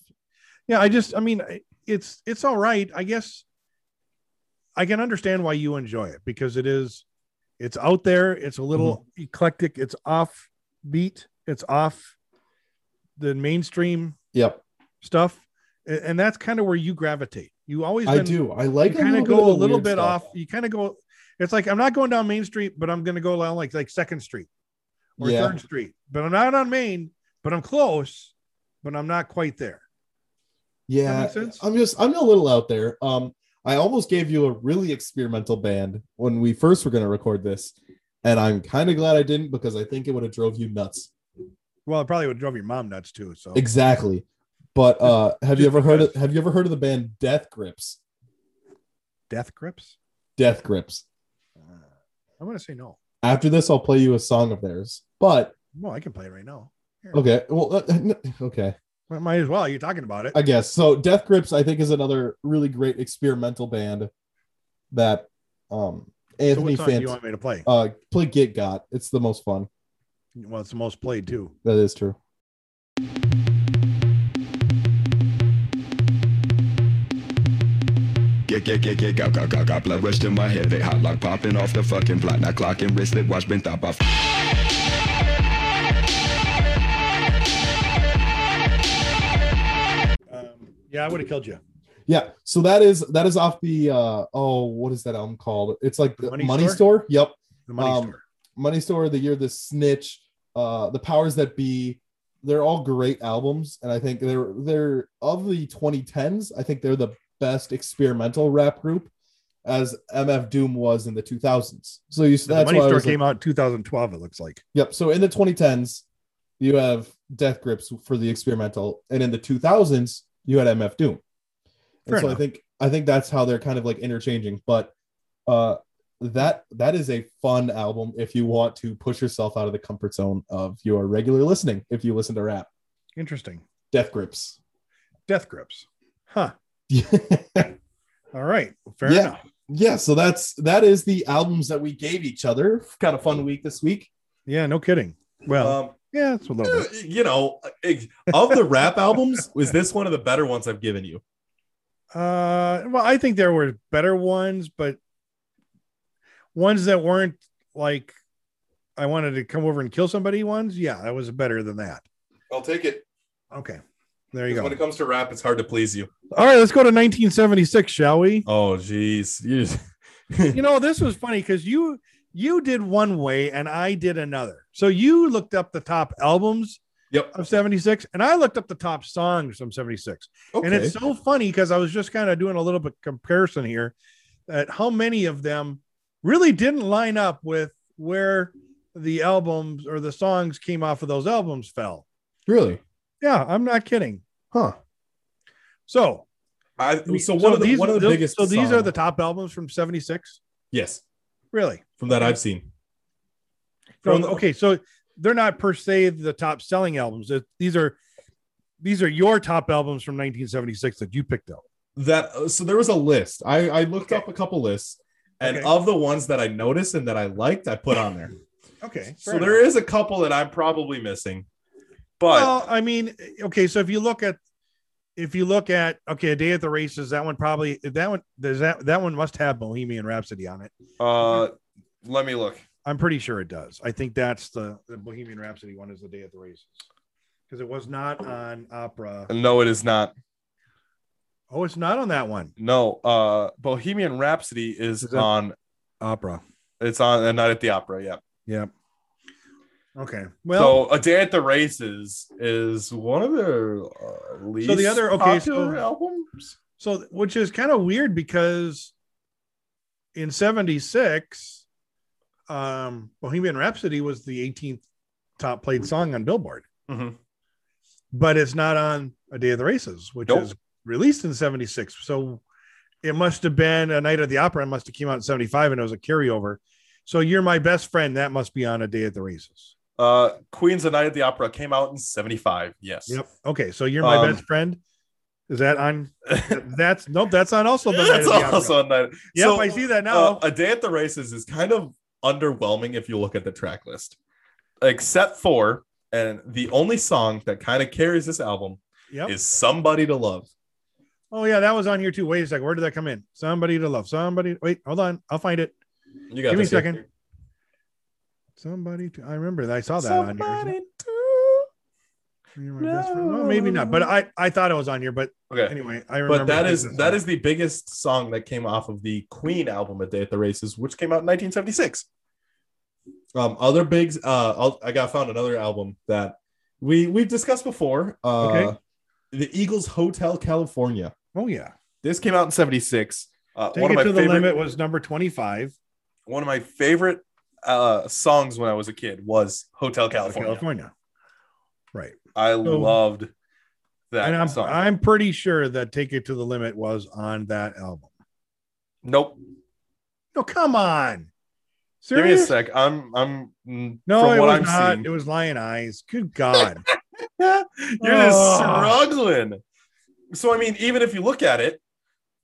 Yeah, I just I mean I- it's it's all right. I guess I can understand why you enjoy it because it is it's out there, it's a little Mm-hmm. eclectic, it's off beat, it's off the mainstream Yep, stuff. a- And that's kind of where you gravitate. You always I been- do. I like you kind of little bit go a the little weird bit stuff. off. You kind of go. It's like I'm not going down Main Street, but I'm going to go down like like Second Street or Yeah. Third Street. But I'm not on Main, but I'm close, but I'm not quite there. Yeah, makes sense? I'm just I'm a little out there. Um, I almost gave you a really experimental band when we first were going to record this, and I'm kind of glad I didn't because I think it would have drove you nuts. Well, it probably would drive your mom nuts too. So Exactly. But uh, have you just ever heard of, because. Have you ever heard of the band Death Grips? death grips. Death Grips. I'm going to say no. After this, I'll play you a song of theirs. But Well, I can play it right now. Here. Okay. Well, uh, n- okay. Well, might as well. You're talking about it. I guess so. Death Grips, I think, is another really great experimental band that um so Anthony what song do you Fant want me to play? uh play Git Got. It's the most fun. well, it's the most played too. That is true. Get, get, get, get, got, got, got, got blood rushed in my head. They hot lock popping off the fucking block. Now clocking wristlet, watch been top off. Um, yeah, I would have killed you. Yeah. So that is that is off the uh oh what is that album called? It's like the Money Money, Store? Store. Yep. The money Um, store. Money Store, The Year of the Snitch, uh, The Powers That Be. They're all great albums, and I think they're they're of the 2010s. I think they're the best experimental rap group, as MF Doom was in the 2000s. So you The that's money why I store was like- came out in 2012. It looks like. Yep. So in the 2010s, you have Death Grips for the experimental, and in the 2000s, you had MF Doom. And Fair so enough. I think I think that's how they're kind of like interchanging. But uh, that that is a fun album if you want to push yourself out of the comfort zone of your regular listening. If you listen to rap, Interesting. Death Grips. Death grips. Huh. yeah. All right. Fair Yeah. enough. So that's that is the albums that we gave each other. Kind of fun week this week. Um, Yeah, no kidding. Well, Um, yeah, it's a little eh, bit. you know, eh, of the rap albums, was this one of the better ones I've given you? Uh, well, I think there were better ones, but ones that weren't like I wanted to come over and kill somebody ones. Yeah, that was better than that. I'll take it. Okay. There you 'Cause go. When it comes to rap, it's hard to please you. All right, let's go to 1976, shall we? Oh, jeez. You just- you know, this was funny because you you did one way and I did another. So you looked up the top albums Yep. of 76 and I looked up the top songs from 76. Okay. And it's so funny because I was just kind of doing a little bit comparison here at how many of them really didn't line up with where the albums or the songs came off of those albums fell. Really? Yeah, I'm not kidding. Huh. So, I, so one of the, these, one of the those- biggest. So these are song- the top albums from 76? Yes, Really? from that I've seen. No, From the- okay, so they're not per se the top selling albums. It- These are these are your top albums from 1976 that you picked out. that uh, so there was a list i i looked up a couple lists and Okay. of the ones that i noticed and that i liked i put on there Okay, so there is a couple that i'm probably missing but Well, I mean, okay, so if you look at if you look at okay, a day at the races, that one probably that one there's that that one must have Bohemian Rhapsody on it. uh let me look I'm pretty sure it does. I think that's the, the Bohemian Rhapsody one is the day at the races because it was not on Opera. no it is not Oh, it's not on that one. no uh bohemian rhapsody is Is that- on Opera. it's on a night at the opera yeah Yep. Okay. Well, so a day at the races is one of their uh, least the other- okay, so- popular albums So, th- which is kind of weird because in 76, um, Bohemian Rhapsody was the 18th top played song on Billboard, Mhm. but it's not on A Day of the Races, which Nope. is released in 76. So, it must have been A Night at the Opera, and must have came out in 75, and it was a carryover. So, You're My Best Friend, that must be on A Day at the Races. uh queen's a night at the opera came out in 75 yes Yep. Okay. So, You're My Um, Best Friend. Is that on? That's nope. That's on also the Night at That's the Opera. also a night. Yep, So, I see that now. uh, a day at the races is kind of underwhelming if you look at the track list, except for and the only song that kind of carries this album Yep. is "Somebody to Love." Oh yeah, that was on here too. Wait a second, where did that come in? Somebody to love. Somebody. Wait, hold on, I'll find it. You got Give me this a here. second. Somebody. To, I remember that. I saw that on here. Somebody to- You're my best friend. Well, maybe not, but I I thought it was on here. But Okay, anyway, I remember. but that is this that one. is the biggest song that came off of the Queen album "A Day at the Races," which came out in 1976. Um, other bigs. Uh, I'll, I got found another album that we we've discussed before. Uh, Okay. The Eagles Hotel California. Oh yeah. This came out in 76. Uh, Take one of it my to the favorite, limit was number twenty five. one of my favorite uh, songs when I was a kid was Hotel California. California. Right. I So- loved that And I'm song. I'm pretty sure that Take It to the Limit was on that album. nope. No, come on. Give me a Serious? sec. I'm I'm mm, No, from it what was I'm not. seeing. It was Lion Eyes. Good God. You're just Oh. struggling. So I mean, even if you look at it,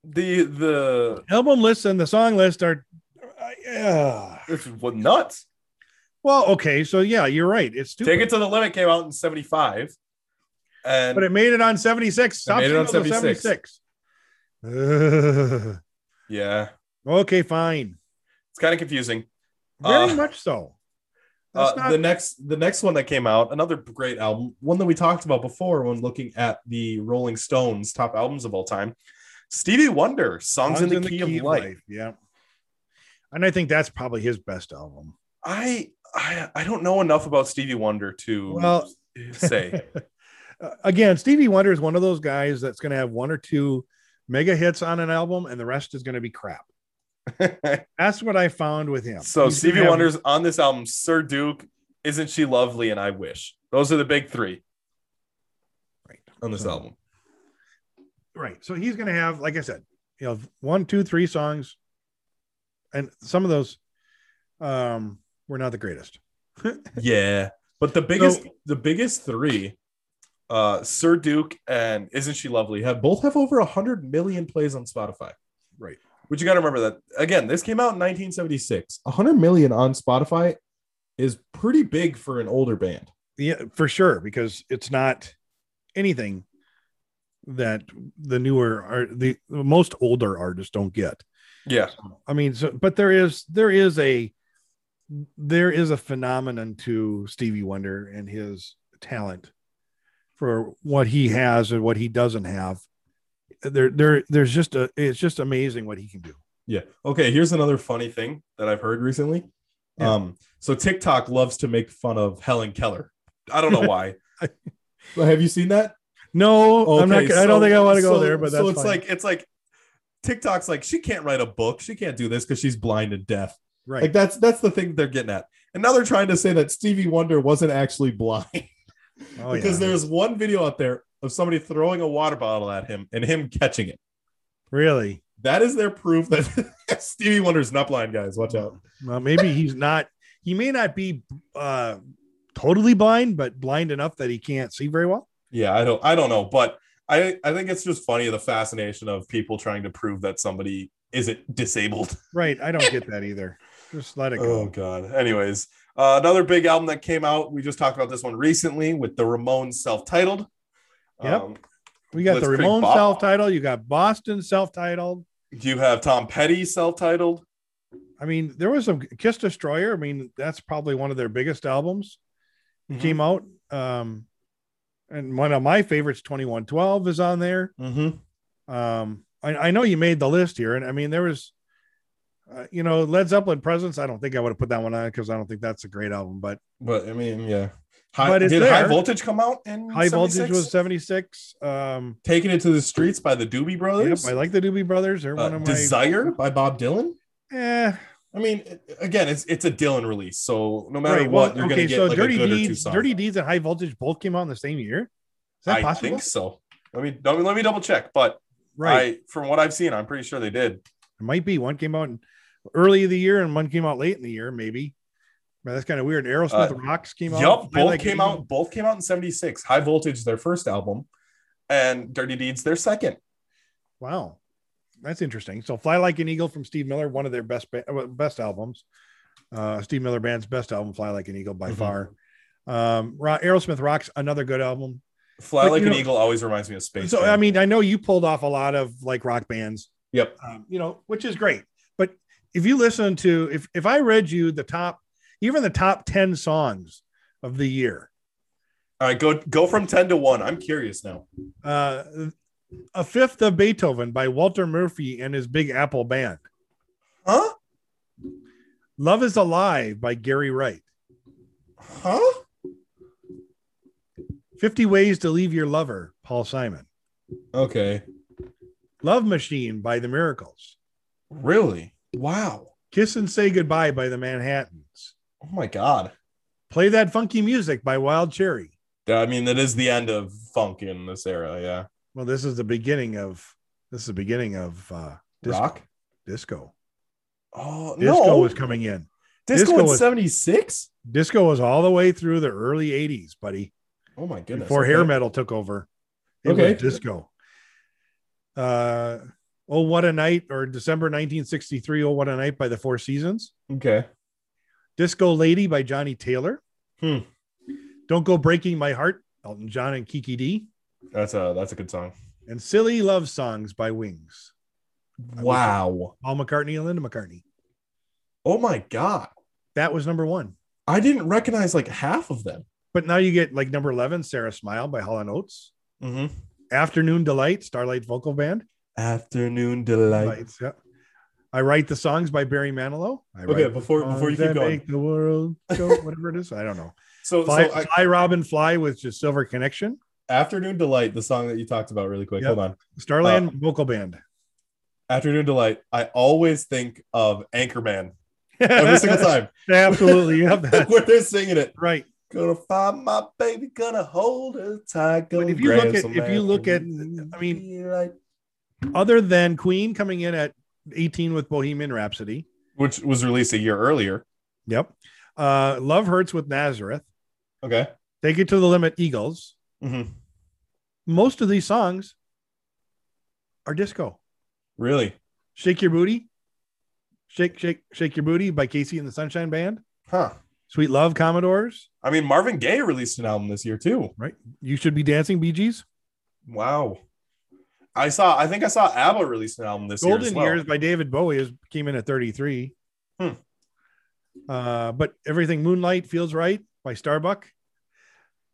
the the album lists and the song list are uh, it's what nuts. well okay so yeah you're right it's stupid Take it to the limit came out in 75. And but it made it on 76 It made it on singles to 76. 76. Ugh. yeah, okay fine it's kind of confusing. very Uh, much so Uh, That's not- the next the next one that came out another great album one that we talked about before when looking at the rolling stones top albums of all time stevie wonder songs, in, the key, of life, yeah and i think that's probably his best album I, I i don't know enough about stevie wonder to Well- say Uh, again stevie wonder is one of those guys that's going to have one or two mega hits on an album and the rest is going to be crap that's what i found with so him He's gonna stevie have- wonder's on this album sir duke isn't she lovely and i wish those are the big three Right. on this album right so he's going to have like i said you know one two three songs and some of those um were not the greatest yeah but the biggest the biggest three uh sir duke and isn't she lovely have both have over 100 million plays on spotify Right. but you got to remember that again this came out in 1976 100 million on Spotify is pretty big for an older band yeah for sure because it's not anything that the newer or the most older artists don't get yeah i mean so but there is there is a there is a phenomenon to stevie wonder and his talent for what he has and what he doesn't have. There, there, there's just a. It's just amazing what he can do. Yeah. Okay. Here's another funny thing that I've heard recently. Yeah. Um, so TikTok loves to make fun of Helen Keller. I don't know why. Have you seen that? No, I'm not. Okay, I don't so- think I want to go so- there. But that's so it's fine. like it's like TikTok's like she can't write a book. She can't do this because she's blind and deaf. right. Like that's that's the thing they're getting at. And now they're trying to say that Stevie Wonder wasn't actually blind oh, because yeah. there's one video out there of somebody throwing a water bottle at him and him catching it. really. That is their proof that Stevie Wonder's not blind, guys. Watch out. Well, maybe he's not. He may not be uh, totally blind, but blind enough that he can't see very well. Yeah, I don't I don't know, but I I think it's just funny the fascination of people trying to prove that somebody isn't disabled. Right. I don't get that either. Just let it Oh go. god. Anyways, uh, another big album that came out. We just talked about this one recently with the Ramones self-titled. Yep. Um, we got the let's pick Ramon Bob. self-titled. You got Boston self-titled. you have Tom Petty self-titled. I mean, there was some Kiss Destroyer. I mean, that's probably one of their biggest albums. Mhm. Came out. Um, and one of my favorites, 2112, is on there. Mm-hmm. Um, I, I know you made the list here, and I mean, there was, uh, you know, Led Zeppelin Presence. I don't think I would have put that one on because I don't think that's a great album, but But I mean, yeah. High, But it's did there. High Voltage come out in High 76? Voltage was 76. Um, Taking It to the Streets by the Doobie yep, Brothers. I like the Doobie Brothers. They're Uh, one of my, Desire by Bob Dylan. eh, I mean, again, it's it's a Dylan release, so no matter right. what, Well, you're okay, gonna get so like Dirty a good or two Deeds, songs. Dirty Deeds, and High Voltage both came out in the same year. Is that I possible? think so. Let me let me let me double check, but I Right, from what I've seen, I'm pretty sure they did. it might be one came out in, early of the year and one came out late in the year, maybe. But that's kind of weird. Aerosmith Uh, Rocks came out. Yup, I both Like came It. out. Both came out in '76. High Voltage, their first album, and Dirty Deeds, their second. Wow, that's interesting. So, "Fly Like an Eagle" from Steve Miller, one of their best ba- uh, best albums. Uh, Steve Miller Band's best album, "Fly Like an Eagle," by Mhm. far. Um, Ro- Aerosmith Rocks, another good album. Fly But, Like you an know- Eagle always reminds me of Space. So, Jam. I mean, I know you pulled off a lot of like rock bands. Yep. Um, you know, which is great. But if you listen to, if if I read you the top, even the top ten songs of the year, all right, go go from ten to one. I'm curious now. uh, a fifth of Beethoven by Walter Murphy and his Big Apple Band. Huh? Love is Alive by Gary Wright. Huh? 50 Ways to Leave Your Lover, Paul Simon. Okay. Love Machine by The Miracles. Really? Wow. Kiss and Say Goodbye by The Manhattans. Oh my God. Play That Funky Music by Wild Cherry. I mean, that is the end of funk in this era. Yeah. Well, this is the beginning of this is the beginning of uh disco. Rock. Disco. Oh Disco no! was coming in. disco, disco in was- '76. Disco was all the way through the early 80s, buddy. Oh my goodness! before okay. hair metal took over. It Okay. was disco. Uh, oh, what a night! Or December 1963. Oh, what a night by the Four Seasons. Okay. Disco Lady by Johnny Taylor. Hmm. Don't go breaking my heart. Elton John and Kiki D. That's a that's a good song. And silly love songs by Wings. Wow. Paul McCartney and Linda McCartney. Oh my god. That was number one. I didn't recognize like half of them. But now you get like number 11, Sarah Smile by Hall and Oates. Mm-hmm. Afternoon Delight, Starlight Vocal Band. Afternoon delight. Lights, yeah. I write the songs by Barry Manilow. I Okay, write before before you songs that keep going. make the world go, whatever it is. I don't know. So Fly, so I, Fly Robin Fly with just Silver Connection, afternoon delight, the song that you talked about really quick. Yeah. Hold on. Starland Uh, Vocal Band. Afternoon delight. I always think of Anchorman every single time Absolutely, you have that where they're singing it. right. Gonna find my baby, gonna hold her tight. Gonna if you grab look at- some if you look at- afternoon I mean- delight. Other than Queen coming in at 18 with Bohemian Rhapsody. which was released a year earlier. Yep. Uh, Love Hurts with Nazareth. Okay. Take It to the Limit. Eagles. Mhm. Most of these songs are disco. Really? Shake Your Booty. Shake, shake, shake your booty by Casey and the Sunshine Band. Huh. Sweet Love, Commodores. I mean, Marvin Gaye released an album this year too. You should be dancing, Bee Gees. Wow. I saw. I think I saw ABBA release an album this year. Golden as well. Years by David Bowie is came in at 33. Hmm. Uh, but everything Moonlight feels right by Starbuck.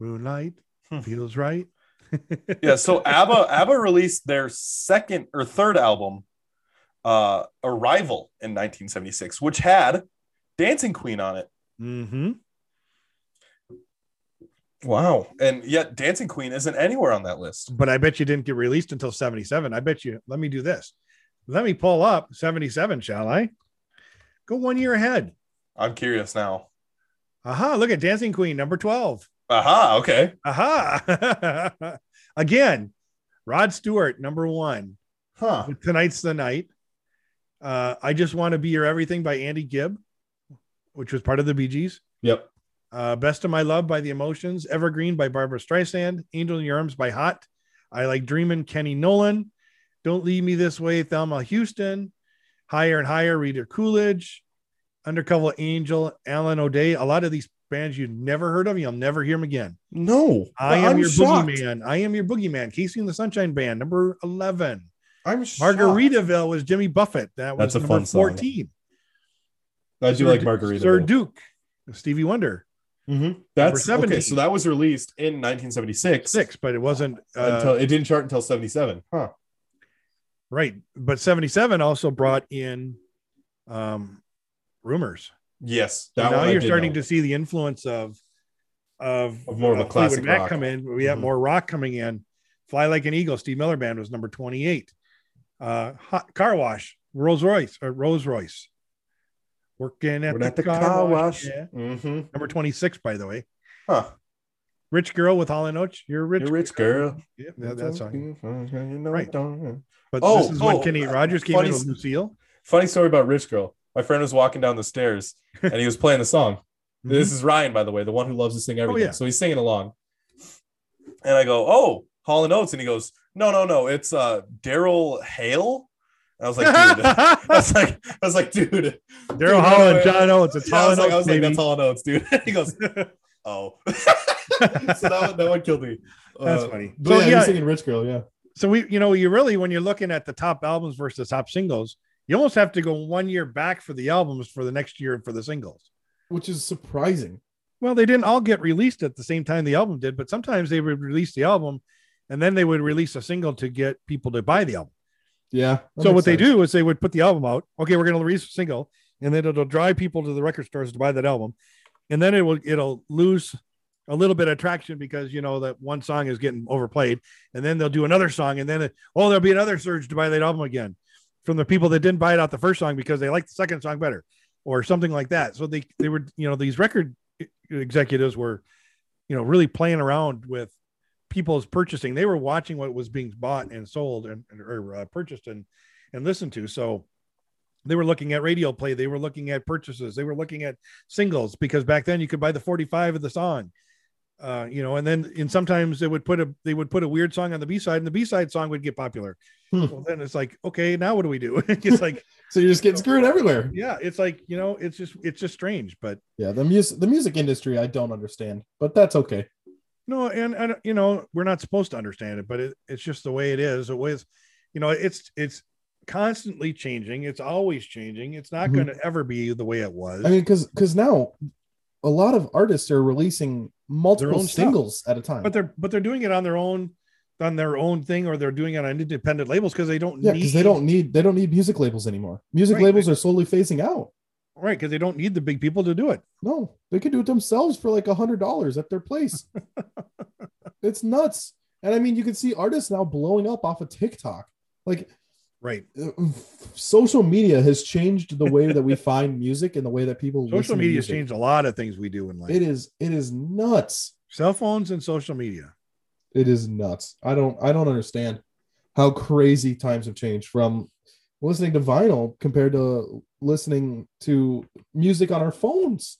Moonlight Hmm. feels right yeah so abba abba released their second or third album uh arrival in 1976 which had dancing queen on it hmm wow and yet dancing queen isn't anywhere on that list But I bet you didn't get released until 77. I bet you. Let me do this. Let me pull up 77, shall I? Go one year ahead. i'm curious now Aha, look at Dancing Queen, number 12. aha okay Aha. Again, Rod Stewart, number one. huh Tonight's the night. Uh, I Just Want to Be Your Everything by Andy Gibb, which was part of the Bee Gees. yep Uh, Best of My Love by The Emotions, Evergreen by Barbara Streisand, Angel in Your Arms by Hot, I Like Dreamin', Kenny Nolan, Don't Leave Me This Way, Thelma Houston, Higher and Higher, Reader Coolidge, Undercover Angel, Alan O'Day. A lot of these bands you've never heard of, you'll never hear them again. no I I'm am your shocked. boogeyman. I am your boogeyman. Casey and the Sunshine Band, number 11. i'm shocked. Margaritaville was Jimmy Buffett. That was That's a number fun song. 14. i do Sir like Du- margarita Sir though. Duke, Stevie Wonder. Mhm. that's Number okay 70. so that was released in 1976 Six, but it wasn't uh, until it didn't chart until 77 huh Right. But 77 also brought in um rumors. yes So now one I you're did starting know. to see the influence of of, Of more of a Fleetwood classic Mac rock. come in. We have Mhm. more rock coming in. Fly Like an Eagle, Steve Miller Band was number 28. Uh hot car wash, Rolls Royce or Rolls Royce. Working at, We're the, at the car, wash. Yeah. hmm Number 26, by the way. Huh. Rich Girl with Holland Oats. You're a rich. You're a rich girl. Mm-hmm. Yeah, that, that song. You know Right. I don't. But Oh, this is when oh, Kenny uh, Rogers came funny in with s- Lucille. Funny story about Rich Girl. My friend was walking down the stairs and he was playing the song. This is Ryan, by the way, the one who loves to sing everything. Mm-hmm. Oh, yeah. So he's singing along. And I go, Oh, Hall and Oates. And he goes, No, no, no. It's uh Daryl Hale. And I was like, Mm-hmm. dude. I was like, I was like, dude. Dude, Daryl Holland, I- John Owens. It's Yeah, I was Holland like, I was like, Oates, baby. that's Hall and Oates, dude. he goes, Oh. so that one, that one killed me. That's Uh, funny. But So yeah, yeah, you're singing Rich Girl, yeah. so we, you know, you really when you're looking at the top albums versus top singles, you almost have to go one year back for the albums for the next year for the singles. Which is surprising. Well, they didn't all get released at the same time the album did, but sometimes they would release the album and then they would release a single to get people to buy the album. Yeah. that so makes what they sense. do is they would put the album out. Okay, we're going to release a single, and then it'll drive people to the record stores to buy that album, and then it will it'll lose a little bit of traction because you know that one song is getting overplayed, and then they'll do another song, and then it, oh there'll be another surge to buy that album again from the people that didn't buy it out the first song because they liked the second song better or something like that. So they they were you know these record e, executives were you know really playing around with people's purchasing. They were watching what was being bought and sold and or uh, purchased and and listen to. So they were looking at radio play, they were looking at purchases, they were looking at singles because back then you could buy the 45 of the song. Uh, you know, and then and sometimes they would put a they would put a weird song on the B side, and the B side song would get popular. Hmm. Well, then it's like, okay, now what do we do? it's like, So you're just getting screwed everywhere. yeah, it's like you know, it's just it's just strange, but Yeah, the music the music industry I don't understand, but that's okay. No, and, and you know we're not supposed to understand it, but it, it's just the way it is. It was, you know, it's it's constantly changing. It's always changing. It's not Mhm. going to ever be the way it was. I mean, because because now a lot of artists are releasing multiple own stuff. singles at a time. but they're but they're doing it on their own, on their own thing, or they're doing it on independent labels because they don't yeah, need because they don't need they don't need music labels anymore. Music Right, labels are slowly phasing out. right because they don't need the big people to do it. No, they could do it themselves for like a hundred dollars at their place. it's nuts. And I mean, you can see artists now blowing up off of TikTok. Like Right. uh, social media has changed the way that we find music and the way that people listen Social to media's music. changed a lot of things we do in life. It is it is nuts. Cell phones and social media. It is nuts. I don't I don't understand how crazy times have changed from listening to vinyl compared to listening to music on our phones.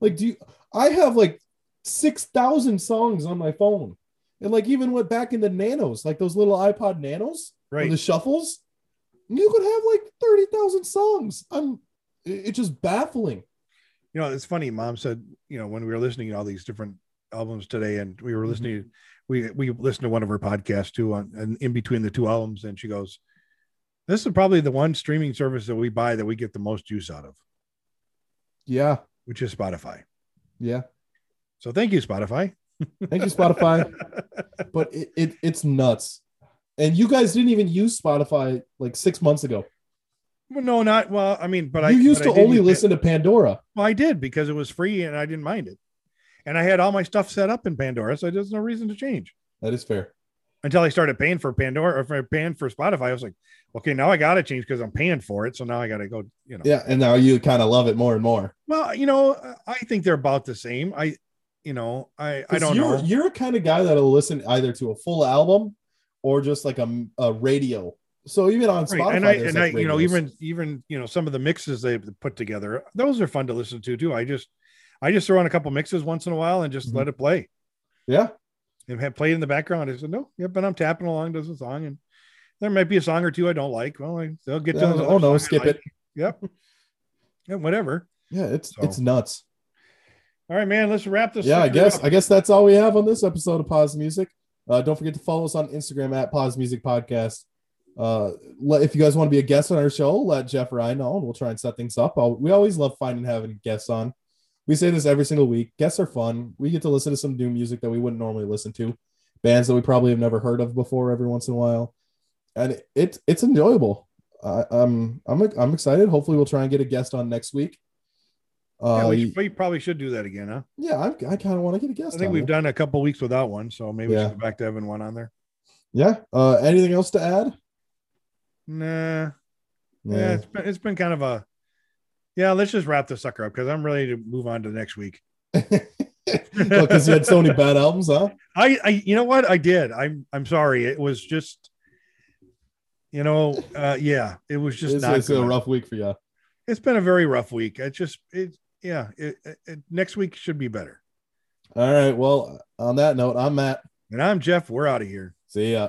like do you I have like 6,000 songs on my phone. And like even went back in the nanos, like those little iPod nanos, or Right. the shuffles, you could have like 30,000 songs. I'm it- it's just baffling. you know it's funny mom said you know when we were listening to all these different albums today and we were Mm-hmm. listening we we listened to one of her podcasts too on and in between the two albums and she goes this is probably the one streaming service that we buy that we get the most use out of Yeah. which is spotify Yeah. so thank you spotify Thank you, Spotify. but it, it it's nuts. And you guys didn't even use Spotify like six months ago. Well, no, not well. I mean, but I you used but I to did only use it. listen to Pandora. Well, I did because it was free and I didn't mind it, and I had all my stuff set up in Pandora, so there's no reason to change. That is fair. Until I started paying for Pandora or for paying for Spotify, I was like, okay, now I got to change because I'm paying for it. So now I got to go, you know. Yeah, and now you kind of love it more and more. Well, you know, I- I think they're about the same. I, you know, I I 'Cause don't you're, know. You're a kind of guy that'll listen either to a full album or just like a, a radio. So even on Spotify, Right. And I there's, and I like, you know radios. even even you know some of the mixes they put together those are fun to listen to too. I just I just throw in a couple mixes once in a while and just Mhm. let it play yeah, and have played in the background. I said no, yep, and I'm tapping along to the song and there might be a song or two I don't like. Well, I, they'll get to Yeah, the oh no, song I skip like. it. Yep. yeah, whatever. Yeah, it's So. it's nuts. All right, man. Let's wrap this. yeah, I sucker guess up. I guess that's all we have on this episode of Pause Music. Uh, don't forget to follow us on Instagram at Pause Music Podcast. Uh, let, if you guys want to be a guest on our show, let Jeff or I know, and we'll try and set things up. I'll, we always love finding and having guests on. We say this every single week. Guests are fun. We get to listen to some new music that we wouldn't normally listen to, bands that we probably have never heard of before every once in a while, and it's it's enjoyable. I, I'm I'm I'm excited. Hopefully, we'll try and get a guest on next week. Yeah, Uh, we, yeah, should- we probably should do that again, huh? I, I kind of want to get a guest. I think on we've here. done a couple weeks without one, so maybe we Yeah. should go back to having one on there. Yeah. Uh, anything else to add? Nah. Yeah, it's been it's been kind of a yeah. Let's just wrap this sucker up because I'm ready to move on to next week. Because you had so many bad albums, huh? I, I you know what I did. I'm I'm sorry. It was just you know uh, yeah. It was just It's, not. it's a good. rough week for you. It's been a very rough week. It just it yeah. It, it, it- next week should be better. All right. Well, on that note, I'm Matt. And I'm Jeff. We're out of here. See ya.